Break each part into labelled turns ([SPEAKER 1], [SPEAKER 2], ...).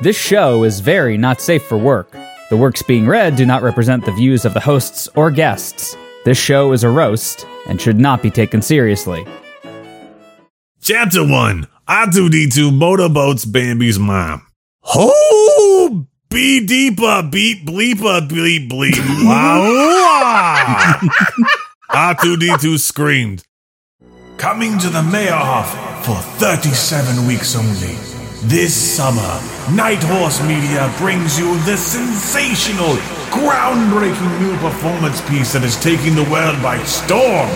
[SPEAKER 1] This show is very not safe for work. The works being read do not represent the views of the hosts or guests. This show is a roast and should not be taken seriously.
[SPEAKER 2] Chapter 1 R2D2 Motorboats Bambi's Mom. Ho! Be deeper, beep, bleeper, bleep, bleep. Wow! R2D2 screamed.
[SPEAKER 3] Coming to the Mayorhof for 37 weeks only. This summer, Night Horse Media brings you the sensational, groundbreaking new performance piece that is taking the world by storm.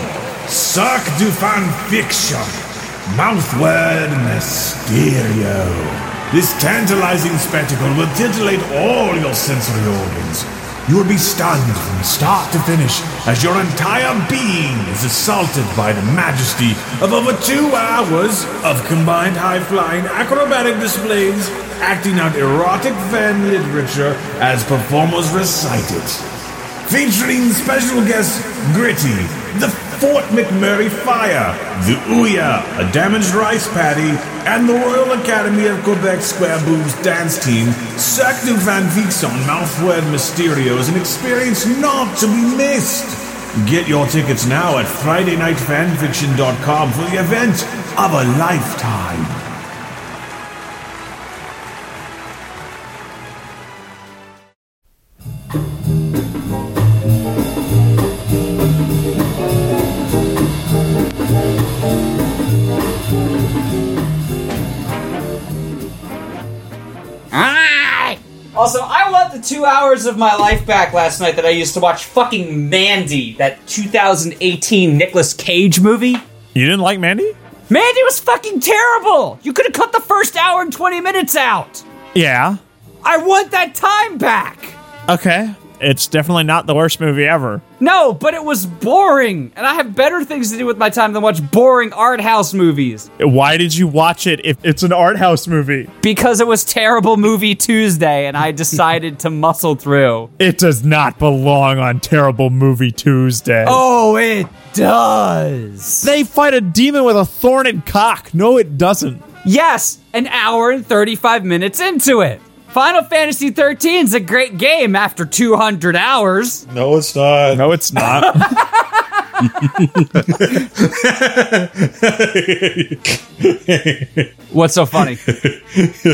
[SPEAKER 3] Cirque du Fan Fiction. Mouthword Mysterio. This tantalizing spectacle will titillate all your sensory organs. You will be stunned from start to finish as your entire being is assaulted by the majesty of over two hours of combined high flying acrobatic displays, acting out erotic fan literature as performers recite it featuring special guest Gritty, the Fort McMurray Fire, the Ouya, a damaged rice patty, and the Royal Academy of Quebec Square Boobs dance team, Cirque du Van Vixen Mouthword Mysterio is an experience not to be missed. Get your tickets now at FridayNightFanfiction.com for the event of a lifetime.
[SPEAKER 4] Also, I want the two hours of my life back last night that I used to watch fucking Mandy, that 2018 Nicolas Cage movie.
[SPEAKER 5] You didn't like Mandy?
[SPEAKER 4] Mandy was fucking terrible! You could have cut the first hour and 20 minutes out!
[SPEAKER 5] Yeah.
[SPEAKER 4] I want that time back!
[SPEAKER 5] Okay. It's definitely not the worst movie ever.
[SPEAKER 4] No, but it was boring, and I have better things to do with my time than watch boring art house movies.
[SPEAKER 5] Why did you watch it if it's an art house movie?
[SPEAKER 4] Because it was terrible movie Tuesday, and I decided to muscle through.
[SPEAKER 5] It does not belong on Terrible Movie Tuesday.
[SPEAKER 4] Oh, it does!
[SPEAKER 5] They fight a demon with a thorned cock. No, it doesn't.
[SPEAKER 4] Yes, an hour and 35 minutes into it. Final Fantasy 13 is a great game after 200 hours.
[SPEAKER 6] No, it's not.
[SPEAKER 5] No, it's not.
[SPEAKER 4] What's so funny?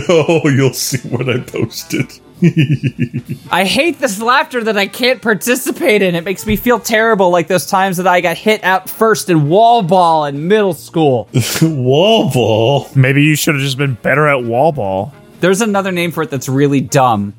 [SPEAKER 6] oh, you'll see what I posted.
[SPEAKER 4] I hate this laughter that I can't participate in. It makes me feel terrible like those times that I got hit out first in wall ball in middle school.
[SPEAKER 6] Wall ball.
[SPEAKER 5] Maybe you should have just been better at wall ball,
[SPEAKER 4] There's another name for it that's really dumb.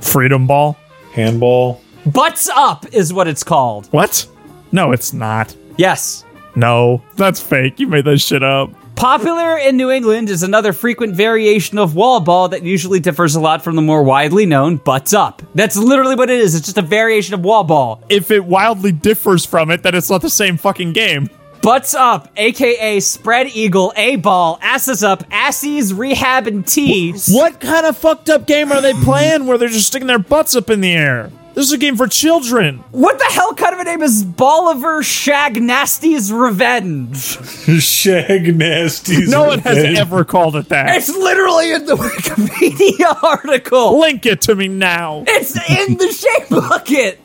[SPEAKER 5] freedom ball.
[SPEAKER 6] Handball.
[SPEAKER 4] Butts up is what it's called.
[SPEAKER 5] What? No, it's not.
[SPEAKER 4] Yes.
[SPEAKER 5] No, that's fake. You made that shit up.
[SPEAKER 4] Popular in New England is another frequent variation of wall ball that usually differs a lot from the more widely known butts up. That's literally what it is. It's just a variation of wall ball.
[SPEAKER 5] If it wildly differs from it, then it's not the same fucking game.
[SPEAKER 4] Butts up, aka spread eagle, a ball, asses up, assies, rehab, and tea.
[SPEAKER 5] What kind of fucked up game are they playing where they're just sticking their butts up in the air? This is a game for children.
[SPEAKER 4] What the hell kind of a name is Bolivar Shag Nasty's Revenge?
[SPEAKER 6] Shag nasties.
[SPEAKER 5] No one has ever called it that.
[SPEAKER 4] It's literally in the Wikipedia article.
[SPEAKER 5] Link it to me now.
[SPEAKER 4] It's in the shape bucket.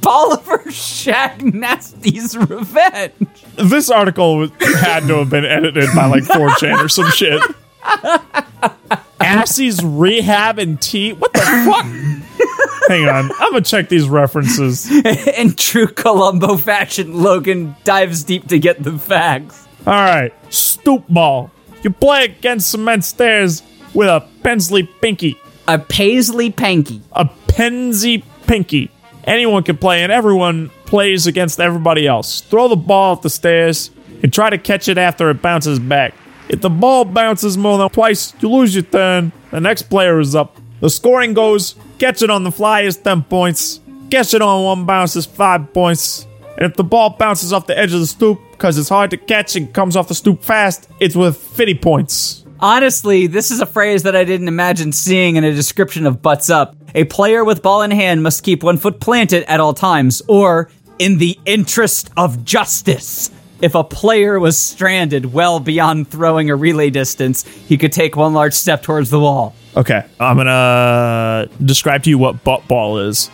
[SPEAKER 4] Bolivar Shag Nasty's Revenge.
[SPEAKER 5] This article was- had to have been edited by like 4chan or some shit. Assie's rehab and tea. What the fuck? Hang on. I'm going to check these references.
[SPEAKER 4] In true Columbo fashion, Logan dives deep to get the facts.
[SPEAKER 5] All right, stoop ball. You play against cement stairs with a pensley pinky,
[SPEAKER 4] A paisley panky.
[SPEAKER 5] a pensy pinky. Anyone can play, and everyone plays against everybody else. Throw the ball up the stairs and try to catch it after it bounces back. If the ball bounces more than twice, you lose your turn. The next player is up. The scoring goes: catch it on the fly is ten points, catch it on one bounce is five points. And if the ball bounces off the edge of the stoop, because it's hard to catch and comes off the stoop fast, it's worth 50 points.
[SPEAKER 4] Honestly, this is a phrase that I didn't imagine seeing in a description of Butts Up. A player with ball in hand must keep one foot planted at all times, or in the interest of justice. If a player was stranded well beyond throwing a relay distance, he could take one large step towards the wall.
[SPEAKER 5] Okay, I'm gonna describe to you what butt ball is.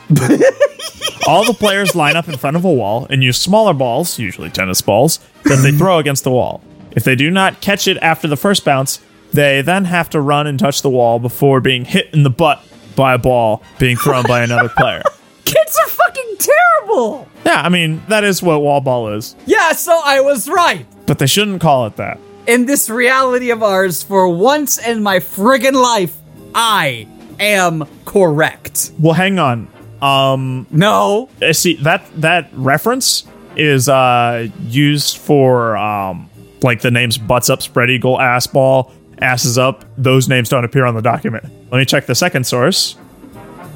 [SPEAKER 5] All the players line up in front of a wall and use smaller balls, usually tennis balls, that they throw against the wall. If they do not catch it after the first bounce, they then have to run and touch the wall before being hit in the butt by a ball being thrown by another player.
[SPEAKER 4] Kids are fucking terrible.
[SPEAKER 5] Yeah, I mean, that is what wall ball is,
[SPEAKER 4] Yeah, so I was right.
[SPEAKER 5] but they shouldn't call it that.
[SPEAKER 4] In this reality of ours, for once in my friggin' life, I am correct.
[SPEAKER 5] Well, hang on. Um,
[SPEAKER 4] No.
[SPEAKER 5] Uh, see that that reference is uh used for um like the names butts up spread eagle ass ball asses up those names don't appear on the document let me check the second source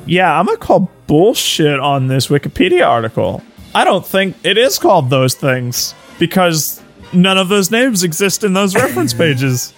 [SPEAKER 5] yeah i'm gonna call bullshit on this wikipedia article i don't think it is called those things because none of those names exist in those reference pages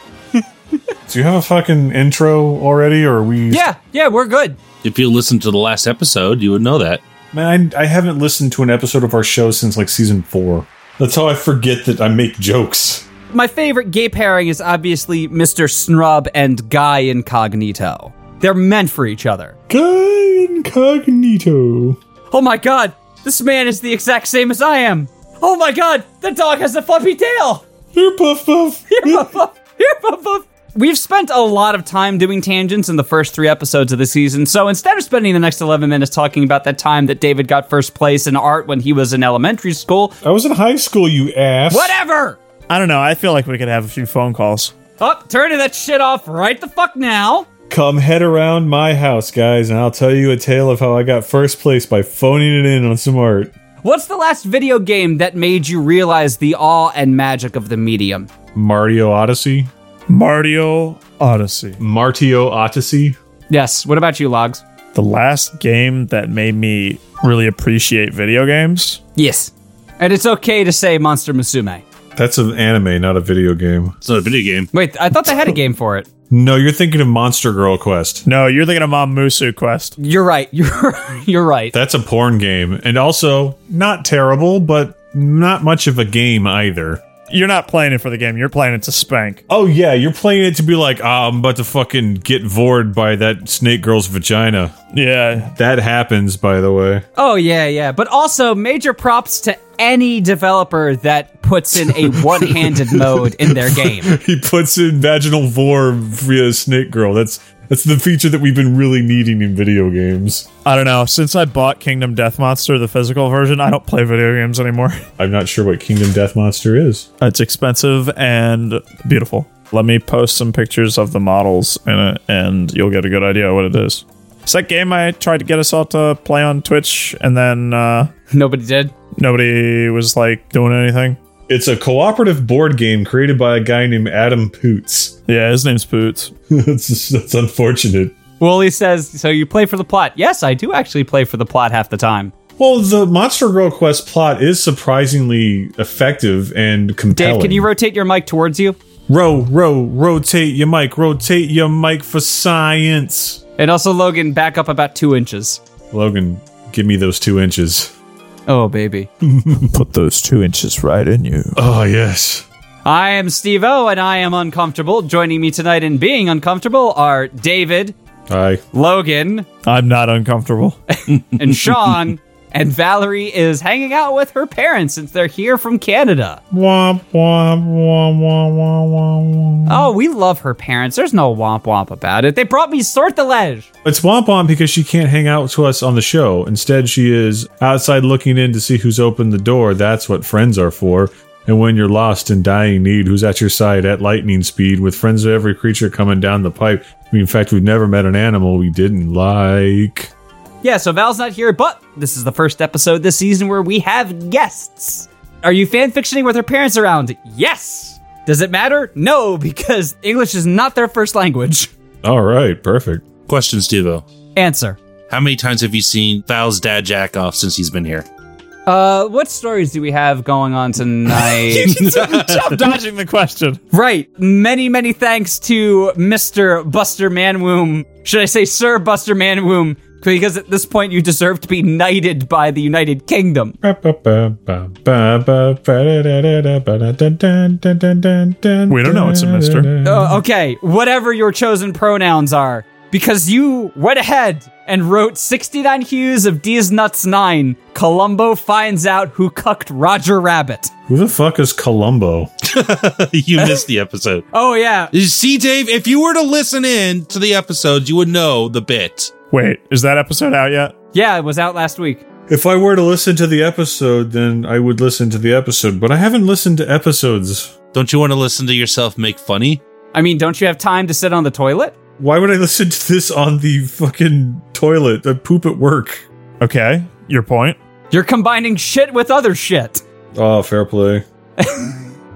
[SPEAKER 7] Do you have a fucking intro already, or are we?
[SPEAKER 4] Yeah, yeah, we're good.
[SPEAKER 3] If you listened to the last episode, you would know that.
[SPEAKER 7] Man, I, I haven't listened to an episode of our show since like season four. That's how I forget that I make jokes.
[SPEAKER 4] My favorite gay pairing is obviously Mr. Snrub and Guy Incognito. They're meant for each other.
[SPEAKER 7] Guy incognito.
[SPEAKER 4] Oh my god, this man is the exact same as I am. Oh my god, that dog has a fluffy tail.
[SPEAKER 7] Here, puff puff.
[SPEAKER 4] Here, puff, puff. Here, puff, puff. We've spent a lot of time doing tangents in the first three episodes of the season, so instead of spending the next 11 minutes talking about that time that David got first place in art when he was in elementary school,
[SPEAKER 7] I was in high school, you ass.
[SPEAKER 4] whatever!
[SPEAKER 5] i don't know i feel like we could have a few phone calls
[SPEAKER 4] Up, turning that shit off right the fuck now.
[SPEAKER 7] Come head around my house, guys, and I'll tell you a tale of how I got first place by phoning it in on some art.
[SPEAKER 4] What's the last video game that made you realize the awe and magic of the medium?
[SPEAKER 7] Mario Odyssey.
[SPEAKER 5] mario odyssey
[SPEAKER 7] Martio Odyssey.
[SPEAKER 4] Yes, what about you, Logs?
[SPEAKER 5] the last game that made me really appreciate video games.
[SPEAKER 4] Yes. And it's okay to say Monster Musume.
[SPEAKER 7] That's an anime, not a video game.
[SPEAKER 3] It's not a video game.
[SPEAKER 4] Wait, I thought they had a game for it.
[SPEAKER 7] No, you're thinking of Monster Girl Quest.
[SPEAKER 5] No, you're thinking of Mom Musu Quest.
[SPEAKER 4] You're right. You're you're right.
[SPEAKER 7] That's a porn game, and also not terrible, but not much of a game either.
[SPEAKER 5] You're not playing it for the game. You're playing it to spank.
[SPEAKER 7] Oh yeah, you're playing it to be like, ah, I'm about to fucking get vored by that snake girl's vagina.
[SPEAKER 5] Yeah.
[SPEAKER 7] That happens, by the way.
[SPEAKER 4] Oh yeah, yeah. But also major props to any developer that puts in a one-handed mode in their game.
[SPEAKER 7] He puts in vaginal vor via snake girl. That's that's the feature that we've been really needing in video games.
[SPEAKER 5] I don't know. Since I bought Kingdom Death Monster, the physical version, I don't play video games anymore.
[SPEAKER 7] I'm not sure what Kingdom Death Monster is.
[SPEAKER 5] It's expensive and beautiful. Let me post some pictures of the models in it, and you'll get a good idea what it is. It's that game I tried to get us all to play on Twitch, and then uh,
[SPEAKER 4] Nobody did.
[SPEAKER 5] nobody was like doing anything.
[SPEAKER 7] It's a cooperative board game created by a guy named Adam Poots.
[SPEAKER 5] Yeah, his name's Poots.
[SPEAKER 7] that's just, that's unfortunate.
[SPEAKER 4] Wooly says, "So you play for the plot?" Yes, I do actually play for the plot half the time.
[SPEAKER 7] Well, the Monster Girl Quest plot is surprisingly effective and compelling.
[SPEAKER 4] Dave, can you rotate your mic towards you?
[SPEAKER 7] row, row, rotate your mic, rotate your mic for science?
[SPEAKER 4] And also, Logan, back up about two inches.
[SPEAKER 7] Logan, give me those two inches.
[SPEAKER 4] Oh baby.
[SPEAKER 5] Put those two inches right in you.
[SPEAKER 7] Oh yes.
[SPEAKER 4] I am Steve O, and I am uncomfortable. Joining me tonight in being uncomfortable are David,
[SPEAKER 7] Hi.
[SPEAKER 4] Logan,
[SPEAKER 5] I'm not uncomfortable.
[SPEAKER 4] and Sean. and Valerie is hanging out with her parents since they're here from Canada.
[SPEAKER 7] Womp womp womp womp womp womp. womp.
[SPEAKER 4] Oh, we love her parents. There's no womp womp about it. They brought me sortilege.
[SPEAKER 7] It's womp womp because she can't hang out to us on the show. Instead, she is outside looking in to see who's opened the door. That's what friends are for. And when you're lost in dying need, who's at your side at lightning speed with friends of every creature coming down the pipe. I mean, in fact, we've never met an animal we didn't like.
[SPEAKER 4] Yeah, so Val's not here, but this is the first episode this season where we have guests. Are you fanfictioning with her parents around? Yes. Does it matter? No, because English is not their first language.
[SPEAKER 7] All right, perfect.
[SPEAKER 3] Question, Stevo.
[SPEAKER 4] Answer.
[SPEAKER 3] How many times have you seen Val's dad jack off since he's been here?
[SPEAKER 4] Uh, what stories do we have going on tonight?
[SPEAKER 5] Stop dodging the question.
[SPEAKER 4] right. Many, many thanks to Mr. Buster Manwomb. Should I say Sir Buster Manwomb? Because at this point, you deserve to be knighted by the United Kingdom.
[SPEAKER 7] We
[SPEAKER 5] don't know, it's a mister.
[SPEAKER 4] Oh, Uh, okay, whatever your chosen pronouns are, because you went ahead and wrote 69 hues of D's Nuts 9. Columbo finds out who cucked Roger Rabbit.
[SPEAKER 8] Who the fuck is Columbo?
[SPEAKER 3] you missed the episode.
[SPEAKER 4] Oh, yeah.
[SPEAKER 3] You see, Dave, if you were to listen in to the episodes, you would know the bit.
[SPEAKER 5] Wait, is that episode out yet?
[SPEAKER 4] Yeah, it was out last week.
[SPEAKER 8] If I were to listen to the episode, then I would listen to the episode, but I haven't listened to episodes.
[SPEAKER 3] Don't you want to listen to yourself make funny?
[SPEAKER 4] I mean, don't you have time to sit on the toilet?
[SPEAKER 8] Why would I listen to this on the fucking toilet? I poop at work.
[SPEAKER 5] Okay, your point.
[SPEAKER 4] You're combining shit with other shit.
[SPEAKER 8] Oh, fair play.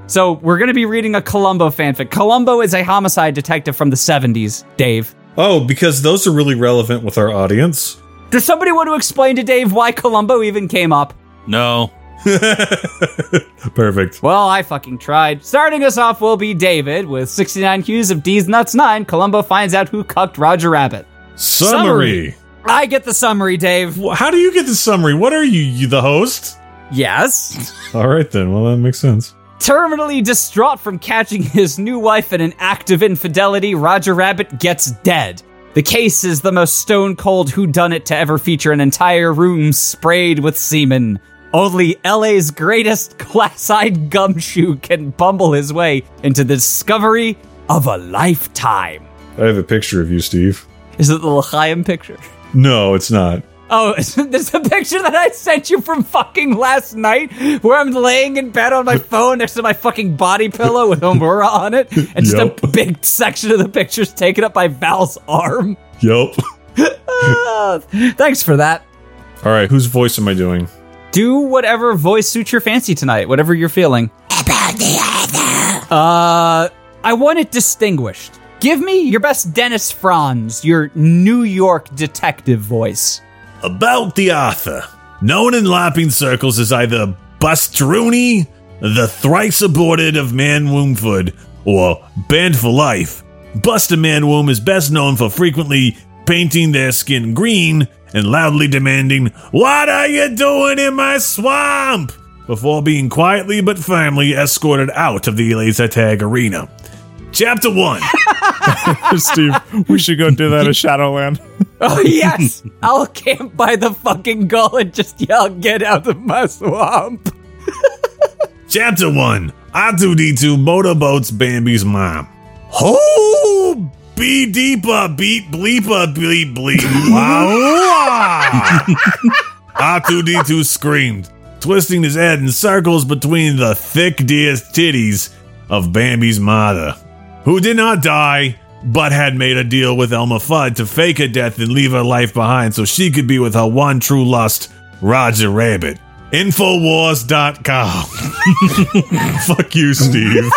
[SPEAKER 4] So we're going to be reading a Columbo fanfic. Columbo is a homicide detective from the 70s, Dave.
[SPEAKER 8] Oh, because those are really relevant with our audience.
[SPEAKER 4] Does somebody want to explain to Dave why Columbo even came up?
[SPEAKER 3] No.
[SPEAKER 8] Perfect.
[SPEAKER 4] Well, I fucking tried. Starting us off will be David with 69 hues of D's Nuts 9. Columbo finds out who cucked Roger Rabbit.
[SPEAKER 8] Summary.
[SPEAKER 4] I get the summary, Dave.
[SPEAKER 8] Wh- How do you get the summary? What are you, you the host?
[SPEAKER 4] Yes.
[SPEAKER 8] All right then. Well, that makes sense.
[SPEAKER 4] Terminally distraught from catching his new wife in an act of infidelity, Roger Rabbit gets dead. The case is the most stone cold whodunit to ever feature an entire room sprayed with semen. Only LA's greatest glass eyed gumshoe can bumble his way into the discovery of a lifetime.
[SPEAKER 8] I have a picture of you, Steve.
[SPEAKER 4] Is it the L'chaim picture?
[SPEAKER 8] No, it's not.
[SPEAKER 4] Oh, there's a picture that I sent you from fucking last night where I'm laying in bed on my phone next to my fucking body pillow with Omura on it, and just a
[SPEAKER 8] Yep.
[SPEAKER 4] big section of the picture's taken up by Val's arm.
[SPEAKER 8] Yup.
[SPEAKER 4] Ah, thanks for that.
[SPEAKER 8] All right, whose voice am I doing?
[SPEAKER 4] Do whatever voice suits your fancy tonight, whatever you're feeling. Uh, I want it distinguished. Give me your best Dennis Franz, your New York detective voice.
[SPEAKER 7] About the author, known in LARPing circles as either Bustruni, the thrice aborted of Man Wombford, or Banned for Life, Buster Man Womb is best known for frequently painting their skin green and loudly demanding, What are you doing in my swamp? before being quietly but firmly escorted out of the Elisa Tag Arena. Chapter 1
[SPEAKER 5] Steve, we should go do that at Shadowland.
[SPEAKER 4] Oh yes, I'll camp by the fucking gull and just yell, "Get out of my swamp!"
[SPEAKER 7] Chapter 1 R2D2 Motorboats Bambi's Mom. Oh, Ho! Be deeper, beat bleeper, uh, bleep bleep. Wow! R2D2 screamed, twisting his head in circles between the thick deer's titties of Bambi's mother, who did not die, but had made a deal with Elma Fudd to fake her death and leave her life behind so she could be with her one true lust, Roger Rabbit. Infowars.com.
[SPEAKER 8] Fuck you, Steve.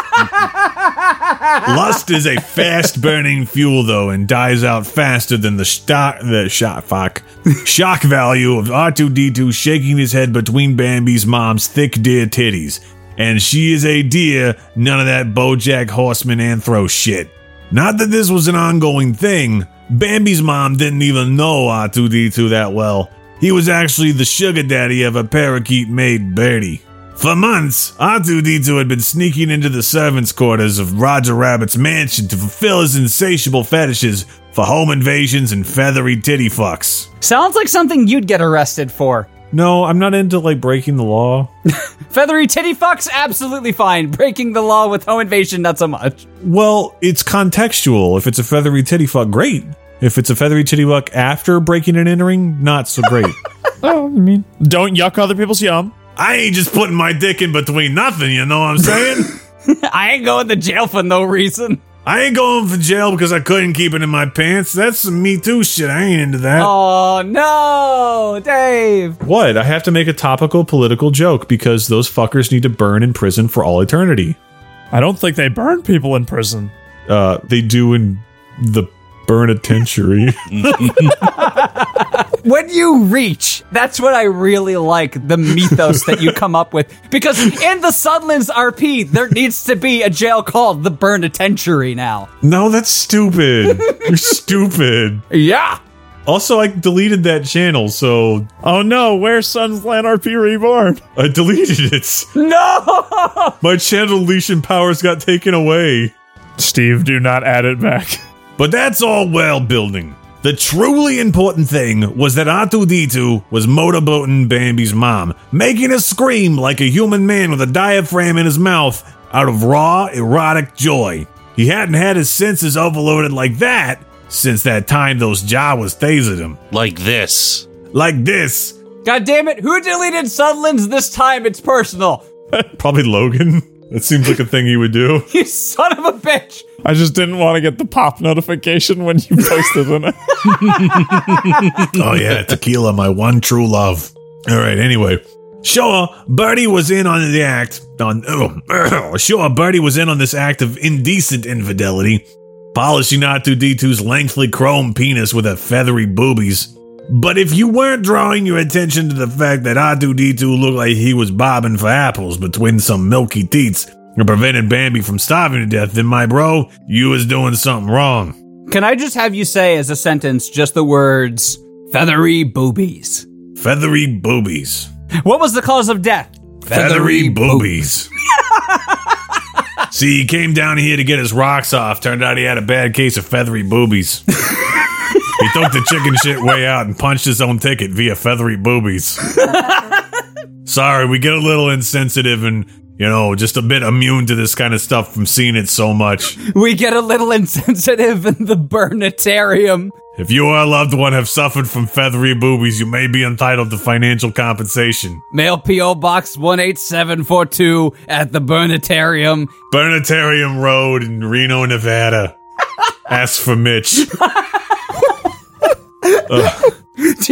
[SPEAKER 7] Lust is a fast burning fuel, though, and dies out faster than the stock, the shot, fuck, shock value of R2D2 shaking his head between Bambi's mom's thick deer titties. And she is a deer, none of that Bojack Horseman anthro shit. Not that this was an ongoing thing. Bambi's mom didn't even know R2D2 that well. He was actually the sugar daddy of a parakeet maid, Bertie. For months, R2D2 had been sneaking into the servants' quarters of Roger Rabbit's mansion to fulfill his insatiable fetishes for home invasions and feathery titty fucks.
[SPEAKER 4] Sounds like something you'd get arrested for.
[SPEAKER 8] no, I'm not into like breaking the law.
[SPEAKER 4] Feathery titty fucks, absolutely fine. Breaking the law with home invasion, not so much.
[SPEAKER 8] Well, it's contextual. If it's a feathery titty fuck, great. If it's a feathery titty fuck after breaking and entering, not so great.
[SPEAKER 5] Oh, I mean, don't yuck other people's yum.
[SPEAKER 7] I ain't just putting my dick in between nothing, you know what I'm saying?
[SPEAKER 4] I ain't going to jail for no reason.
[SPEAKER 7] I ain't going for jail because I couldn't keep it in my pants. That's some Me Too shit. I ain't into that.
[SPEAKER 4] Oh no, Dave.
[SPEAKER 8] what? I have to make a topical political joke because those fuckers need to burn in prison for all eternity.
[SPEAKER 5] I don't think they burn people in prison.
[SPEAKER 8] Uh, they do in the burnitentiary.
[SPEAKER 4] when you reach, that's what I really like the mythos that you come up with. Because in the Sudlands RP, there needs to be a jail called the Burnitentiary now.
[SPEAKER 8] no, that's stupid. You're stupid.
[SPEAKER 4] Yeah.
[SPEAKER 8] Also, I deleted that channel, so
[SPEAKER 5] Oh no, where's Sun's Land RP Reborn?
[SPEAKER 8] I deleted it.
[SPEAKER 4] No.
[SPEAKER 8] My channel deletion powers got taken away.
[SPEAKER 5] Steve, do not add it back.
[SPEAKER 7] But that's all well building. The truly important thing was that R2D2 was motorboating Bambi's mom, making her scream like a human man with a diaphragm in his mouth out of raw, erotic joy. He hadn't had his senses overloaded like that since that time those Jawas tasered him.
[SPEAKER 9] Like this.
[SPEAKER 7] Like this.
[SPEAKER 4] God damn it, who deleted Sunlands this time? It's personal.
[SPEAKER 7] Probably Logan. That seems like a thing he would do.
[SPEAKER 4] You son of a bitch.
[SPEAKER 5] I just didn't want to get the pop notification when you posted it.
[SPEAKER 7] oh yeah, tequila, my one true love. All right. Anyway, sure, Bertie was in on the act. On oh, sure, Bertie was in on this act of indecent infidelity, polishing R2D2's lengthy chrome penis with her feathery boobies. But if you weren't drawing your attention to the fact that R2D2 looked like he was bobbing for apples between some milky teats and prevented Bambi from starving to death, then my bro, you was doing something wrong.
[SPEAKER 4] Can I just have you say as a sentence just the words feathery boobies?
[SPEAKER 7] Feathery boobies.
[SPEAKER 4] What was the cause of death?
[SPEAKER 7] Feathery boobies. See, he came down here to get his rocks off. Turned out he had a bad case of feathery boobies. he took the chicken shit way out and punched his own ticket via feathery boobies. Sorry, we get a little insensitive and, you know, just a bit immune to this kind of stuff from seeing it so much.
[SPEAKER 4] We get a little insensitive in the burnitarium.
[SPEAKER 7] If you or a loved one have suffered from feathery boobies, you may be entitled to financial compensation.
[SPEAKER 4] Mail P.O. Box 18742 at the burnitarium.
[SPEAKER 7] Burnitarium Road in Reno, Nevada. Ask for Mitch.
[SPEAKER 4] Do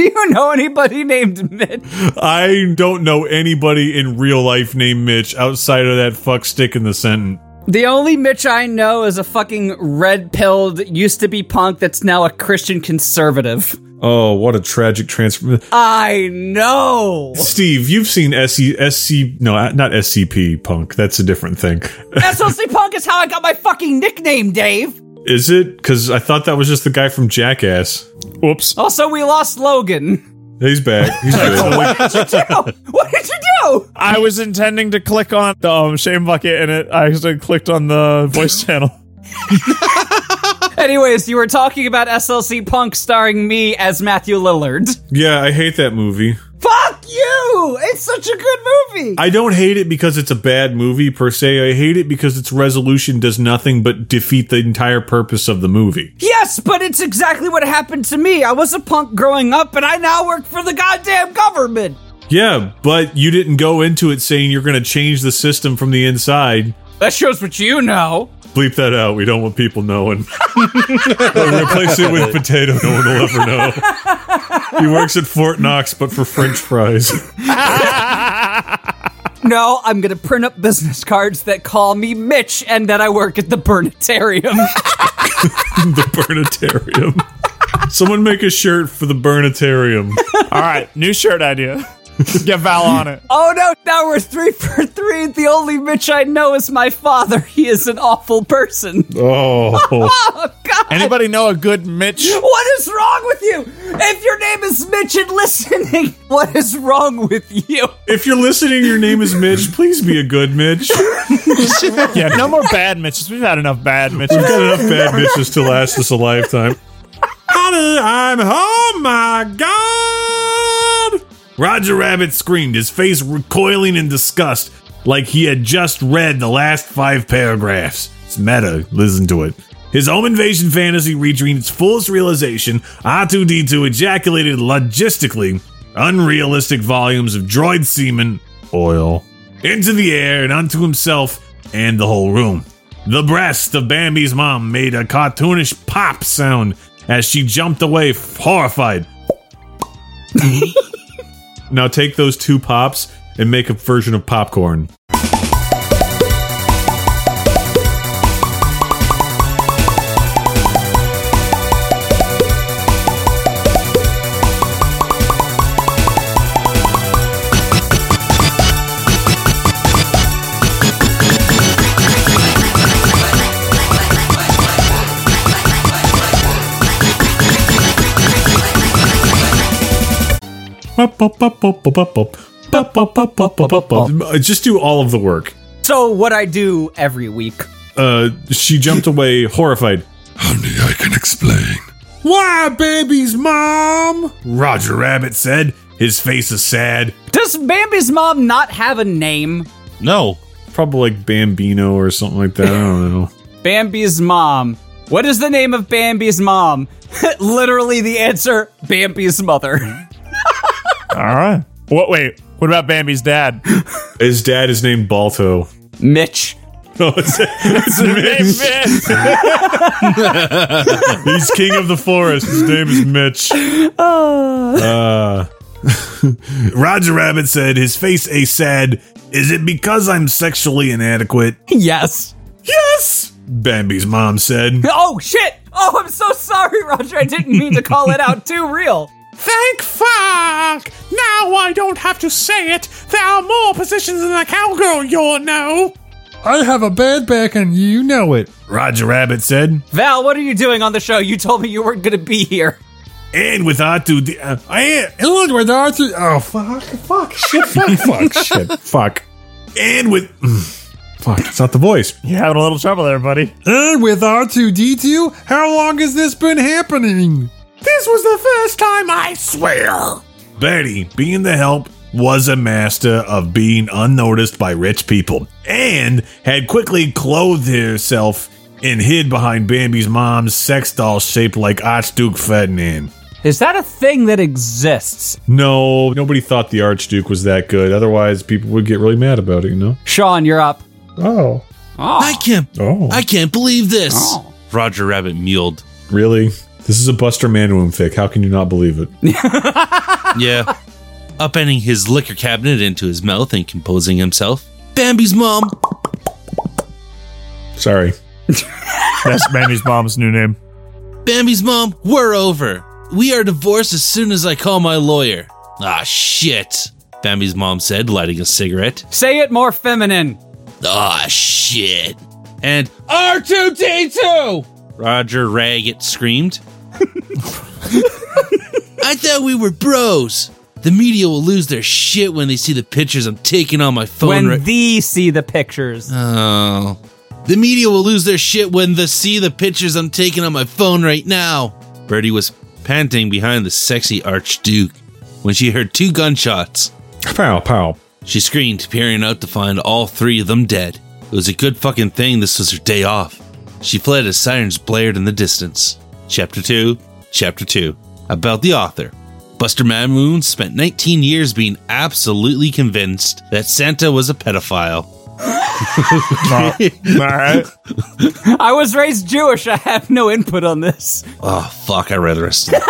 [SPEAKER 4] you know anybody named Mitch?
[SPEAKER 7] I don't know anybody in real life named Mitch outside of that fuck stick in the sentence.
[SPEAKER 4] The only Mitch I know is a fucking red pilled, used to be punk that's now a Christian conservative.
[SPEAKER 10] Oh, what a tragic transfer.
[SPEAKER 4] I know.
[SPEAKER 10] Steve, you've seen SC, SC, no, uh, not SCP punk. That's a different thing.
[SPEAKER 4] SLC Punk is how I got my fucking nickname, Dave.
[SPEAKER 10] Is it? Because I thought that was just the guy from Jackass.
[SPEAKER 5] Whoops.
[SPEAKER 4] Also, we lost Logan.
[SPEAKER 10] He's back. He's good.
[SPEAKER 4] Oh, what did you do?
[SPEAKER 5] I was intending to click on the um, shame bucket and it I accidentally clicked on the voice channel.
[SPEAKER 4] Anyways, you were talking about SLC Punk starring me as Matthew Lillard.
[SPEAKER 10] yeah, I hate that movie.
[SPEAKER 4] Fuck you! It's such a good movie!
[SPEAKER 10] I don't hate it because it's a bad movie per se. I hate it because its resolution does nothing but defeat the entire purpose of the movie.
[SPEAKER 4] yes, but it's exactly what happened to me. I was a punk growing up, and I now work for the goddamn government!
[SPEAKER 10] Yeah, but you didn't go into it saying you're going to change the system from the inside.
[SPEAKER 4] That shows what you know.
[SPEAKER 10] Bleep that out. We don't want people knowing. Or replace it with potato. No one will ever know. He works at Fort Knox, but for French fries.
[SPEAKER 4] No, I'm gonna print up business cards that call me Mitch and that I work at the Burnitarium.
[SPEAKER 10] the Burnitarium. Someone make a shirt for the Burnitarium.
[SPEAKER 5] All right, new shirt idea. Get Val on it.
[SPEAKER 4] Oh no, now we're three for three. The only Mitch I know is my father. He is an awful person.
[SPEAKER 10] Oh,
[SPEAKER 4] Oh god.
[SPEAKER 5] Anybody know a good Mitch?
[SPEAKER 4] what is wrong with you? If your name is Mitch and listening, what is wrong with you?
[SPEAKER 10] if you're listening, your name is Mitch. Please be a good Mitch.
[SPEAKER 5] Yeah, no more bad Mitches. We've had enough bad
[SPEAKER 10] We've
[SPEAKER 5] Mitches.
[SPEAKER 10] got enough bad bitches to last us a lifetime. Honey, I'm home. My God.
[SPEAKER 7] Roger Rabbit screamed, his face recoiling in disgust, like he had just read the last five paragraphs. It's meta, listen to it. His home invasion fantasy reaching its fullest realization, R2D2 ejaculated logistically unrealistic volumes of droid semen
[SPEAKER 10] Oil.
[SPEAKER 7] into the air and unto himself and the whole room. The breast of Bambi's mom made a cartoonish pop sound as she jumped away, horrified.
[SPEAKER 10] Now take those two pops and make a version of popcorn. Just do all of the work.
[SPEAKER 4] So what I do every week.
[SPEAKER 10] Uh, she jumped away horrified.
[SPEAKER 11] Only I can explain.
[SPEAKER 2] Why, baby's mom? Roger Rabbit said, his face is sad.
[SPEAKER 4] Does Bambi's mom not have a name?
[SPEAKER 12] No.
[SPEAKER 7] Probably like Bambino or something like that. I don't know.
[SPEAKER 4] Bambi's mom. What is the name of Bambi's mom? Literally the answer Bambi's mother.
[SPEAKER 13] All right. What? Wait. What about Bambi's dad?
[SPEAKER 7] His dad is named Balto.
[SPEAKER 4] Mitch.
[SPEAKER 7] No, it's, it's Mitch.
[SPEAKER 13] Hey, Vince.
[SPEAKER 7] He's king of the forest. His name is Mitch. Uh,
[SPEAKER 2] Uh, Roger Rabbit said, his face a sad, Is it because I'm sexually inadequate?
[SPEAKER 4] Yes.
[SPEAKER 2] Yes! Bambi's mom said.
[SPEAKER 4] Oh, shit. Oh, I'm so sorry, Roger. I didn't mean to call it out too real.
[SPEAKER 14] Thank fuck! Now I don't have to say it. There are more positions in the cowgirl you'll know.
[SPEAKER 15] I have a bad back and you know it.
[SPEAKER 2] Roger Rabbit said,
[SPEAKER 4] Val, what are you doing on the show? You told me you weren't going to be here.
[SPEAKER 2] and with R2, D- uh, and,
[SPEAKER 15] Ellen with Arthur. Oh, fuck, fuck, shit, fuck, fuck, shit.
[SPEAKER 7] fuck. Mm.
[SPEAKER 2] and with,
[SPEAKER 7] Fuck. It's not the voice.
[SPEAKER 13] You're having a little trouble there, buddy.
[SPEAKER 15] And with R2D2, how long has this been happening?
[SPEAKER 14] This was the first time I swear.
[SPEAKER 2] Betty, being the help, was a master of being unnoticed by rich people and had quickly clothed herself and hid behind Bambi's mom's sex doll shaped like Archduke Ferdinand.
[SPEAKER 4] Is that a thing that exists?
[SPEAKER 7] No, nobody thought the Archduke was that good. Otherwise, people would get really mad about it, you know?
[SPEAKER 4] Sean, you're up.
[SPEAKER 7] Oh.
[SPEAKER 12] I can't.
[SPEAKER 7] Oh.
[SPEAKER 12] I can't believe this.
[SPEAKER 4] Oh.
[SPEAKER 12] Roger Rabbit mewled.
[SPEAKER 7] really? This is a Buster Manwomb fic. How can you not believe it?
[SPEAKER 12] Yeah. Upending his liquor cabinet into his mouth and composing himself. Bambi's mom.
[SPEAKER 7] Sorry.
[SPEAKER 13] That's Bambi's mom's new name.
[SPEAKER 12] Bambi's mom, we're over. We are divorced as soon as I call my lawyer. Ah, shit. Bambi's mom said, lighting a cigarette.
[SPEAKER 4] Say it more feminine.
[SPEAKER 12] Ah, shit. And R2D2! Roger Raggett screamed. I thought we were bros. The media will lose their shit when they see the pictures I'm taking on my phone
[SPEAKER 4] When
[SPEAKER 12] right
[SPEAKER 4] thee see the pictures.
[SPEAKER 12] Oh. The media will lose their shit when they see the pictures I'm taking on my phone right now. Bertie was panting behind the sexy Archduke when she heard two gunshots.
[SPEAKER 7] Pow, pow.
[SPEAKER 12] She screamed, peering out to find all three of them dead. It was a good fucking thing this was her day off. She fled as sirens blared in the distance. Chapter 2, Chapter 2. About the author. Buster Mamoon spent 19 years being absolutely convinced that Santa was a pedophile.
[SPEAKER 13] All right.
[SPEAKER 4] I was raised Jewish. I have no input on this.
[SPEAKER 12] Oh, fuck, I'd rather asleep.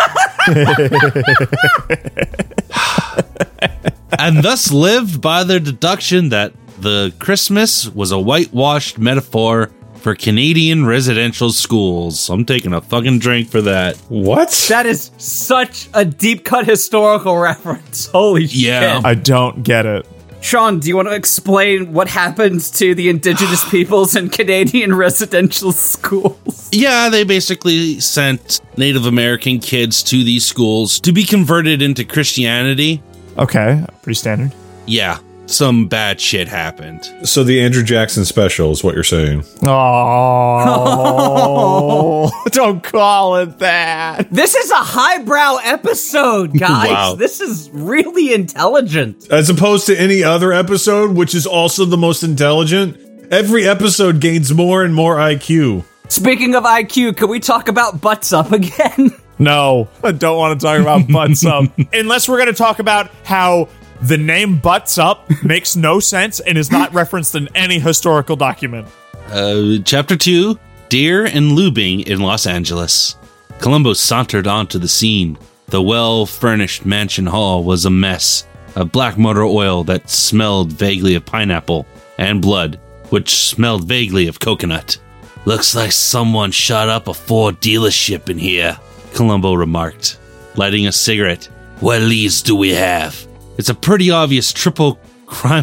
[SPEAKER 12] and thus lived by their deduction that the Christmas was a whitewashed metaphor for Canadian residential schools. I'm taking a fucking drink for that.
[SPEAKER 7] What?
[SPEAKER 4] That is such a deep cut historical reference. Holy shit.
[SPEAKER 12] Yeah.
[SPEAKER 13] I don't get it.
[SPEAKER 4] Sean, do you want to explain what happens to the indigenous peoples in Canadian residential schools?
[SPEAKER 12] Yeah, they basically sent Native American kids to these schools to be converted into Christianity.
[SPEAKER 13] Okay. Pretty standard.
[SPEAKER 12] Yeah, some bad shit happened.
[SPEAKER 7] So the Andrew Jackson special is what you're saying.
[SPEAKER 13] Oh. don't call it that.
[SPEAKER 4] This is a highbrow episode, guys.
[SPEAKER 12] Wow.
[SPEAKER 4] This is really intelligent.
[SPEAKER 7] As opposed to any other episode, which is also the most intelligent, every episode gains more and more IQ.
[SPEAKER 4] Speaking of IQ, can we talk about butts up again?
[SPEAKER 13] No, I don't want to talk about butts up. Unless we're going to talk about how the name butts up makes no sense and is not referenced in any historical document.
[SPEAKER 12] Uh, chapter 2 Deer and Lubing in Los Angeles. Columbo sauntered onto the scene. The well furnished mansion hall was a mess of black motor oil that smelled vaguely of pineapple and blood, which smelled vaguely of coconut. Looks like someone shot up a Ford dealership in here, Columbo remarked, lighting a cigarette. What leads do we have? It's a pretty obvious triple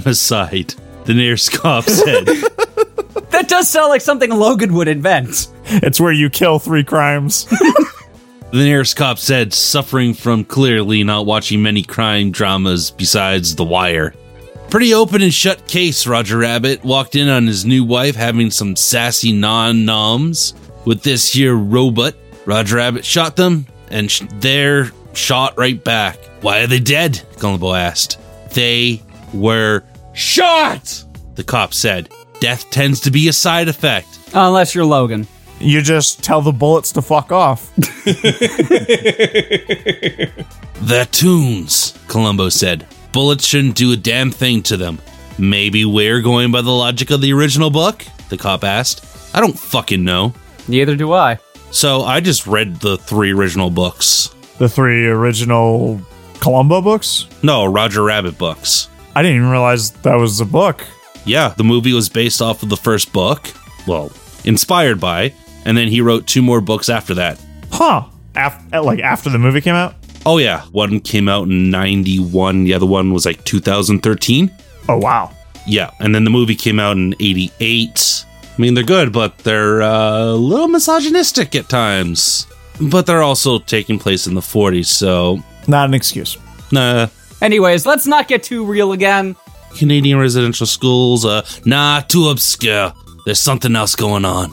[SPEAKER 12] crimicide, the nearest cop said.
[SPEAKER 4] that does sound like something Logan would invent.
[SPEAKER 13] It's where you kill three crimes.
[SPEAKER 12] The nearest cop said, suffering from clearly not watching many crime dramas besides The Wire. Pretty open and shut case, Roger Rabbit walked in on his new wife having some sassy non noms with this here robot. Roger Rabbit shot them, and sh- they're shot right back. Why are they dead? Columbo asked. They were shot, the cop said. Death tends to be a side effect.
[SPEAKER 4] Unless you're Logan.
[SPEAKER 5] You just tell the bullets to fuck off.
[SPEAKER 12] They're tunes, Columbo said. Bullets shouldn't do a damn thing to them. Maybe we're going by the logic of the original book? The cop asked. I don't fucking know.
[SPEAKER 4] Neither do I.
[SPEAKER 12] So I just read the three original books.
[SPEAKER 5] The three original Columbo books?
[SPEAKER 12] No, Roger Rabbit books.
[SPEAKER 5] I didn't even realize that was a book.
[SPEAKER 12] Yeah, the movie was based off of the first book. Well, inspired by. And then he wrote two more books after that.
[SPEAKER 5] Huh. Af- eh, like after the movie came out?
[SPEAKER 12] Oh, yeah. One came out in 91. The other one was like 2013.
[SPEAKER 5] Oh, wow.
[SPEAKER 12] Yeah. And then the movie came out in 88. I mean, they're good, but they're uh, a little misogynistic at times. But they're also taking place in the 40s, so.
[SPEAKER 5] Not an excuse.
[SPEAKER 12] Nah.
[SPEAKER 4] Anyways, let's not get too real again.
[SPEAKER 12] Canadian residential schools, uh, nah, too obscure. There's something else going on.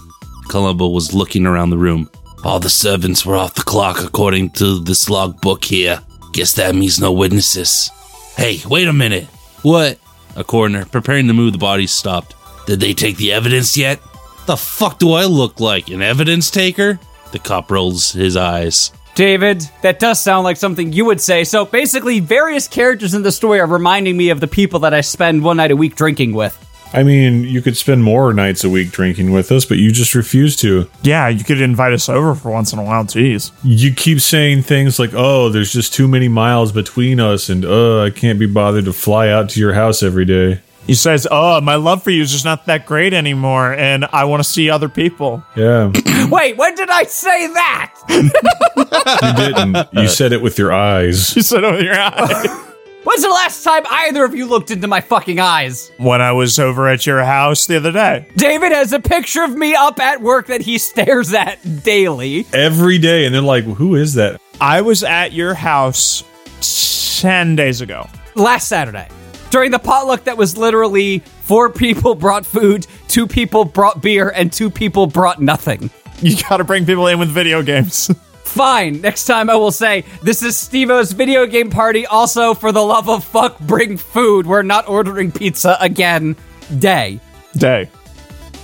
[SPEAKER 12] Columbo was looking around the room. All the servants were off the clock according to this log book here. Guess that means no witnesses. Hey, wait a minute. What? A coroner, preparing to move the bodies, stopped. Did they take the evidence yet? The fuck do I look like? An evidence taker? The cop rolls his eyes.
[SPEAKER 4] David, that does sound like something you would say. So basically, various characters in the story are reminding me of the people that I spend one night a week drinking with.
[SPEAKER 7] I mean, you could spend more nights a week drinking with us, but you just refuse to.
[SPEAKER 5] Yeah, you could invite us over for once in a while. Jeez.
[SPEAKER 7] You keep saying things like, "Oh, there's just too many miles between us," and "Uh, I can't be bothered to fly out to your house every day."
[SPEAKER 5] He says, Oh, my love for you is just not that great anymore, and I want to see other people.
[SPEAKER 7] Yeah,
[SPEAKER 4] Wait, when did I say that?
[SPEAKER 7] you didn't. You said it with your eyes.
[SPEAKER 5] He said, Oh, your eyes.
[SPEAKER 4] When's the last time either of you looked into my fucking eyes?
[SPEAKER 5] when I was over at your house the other day.
[SPEAKER 4] David has a picture of me up at work that he stares at daily.
[SPEAKER 7] every day and they're like who is that
[SPEAKER 5] I was at your house 10 days ago.
[SPEAKER 4] last Saturday during the potluck that was literally four people brought food, two people brought beer, and two people brought nothing.
[SPEAKER 5] You gotta bring people in with video games.
[SPEAKER 4] Fine, next time I will say, This is Stevo's video game party. Also, for the love of fuck, bring food. We're not ordering pizza again. Day.
[SPEAKER 5] Day.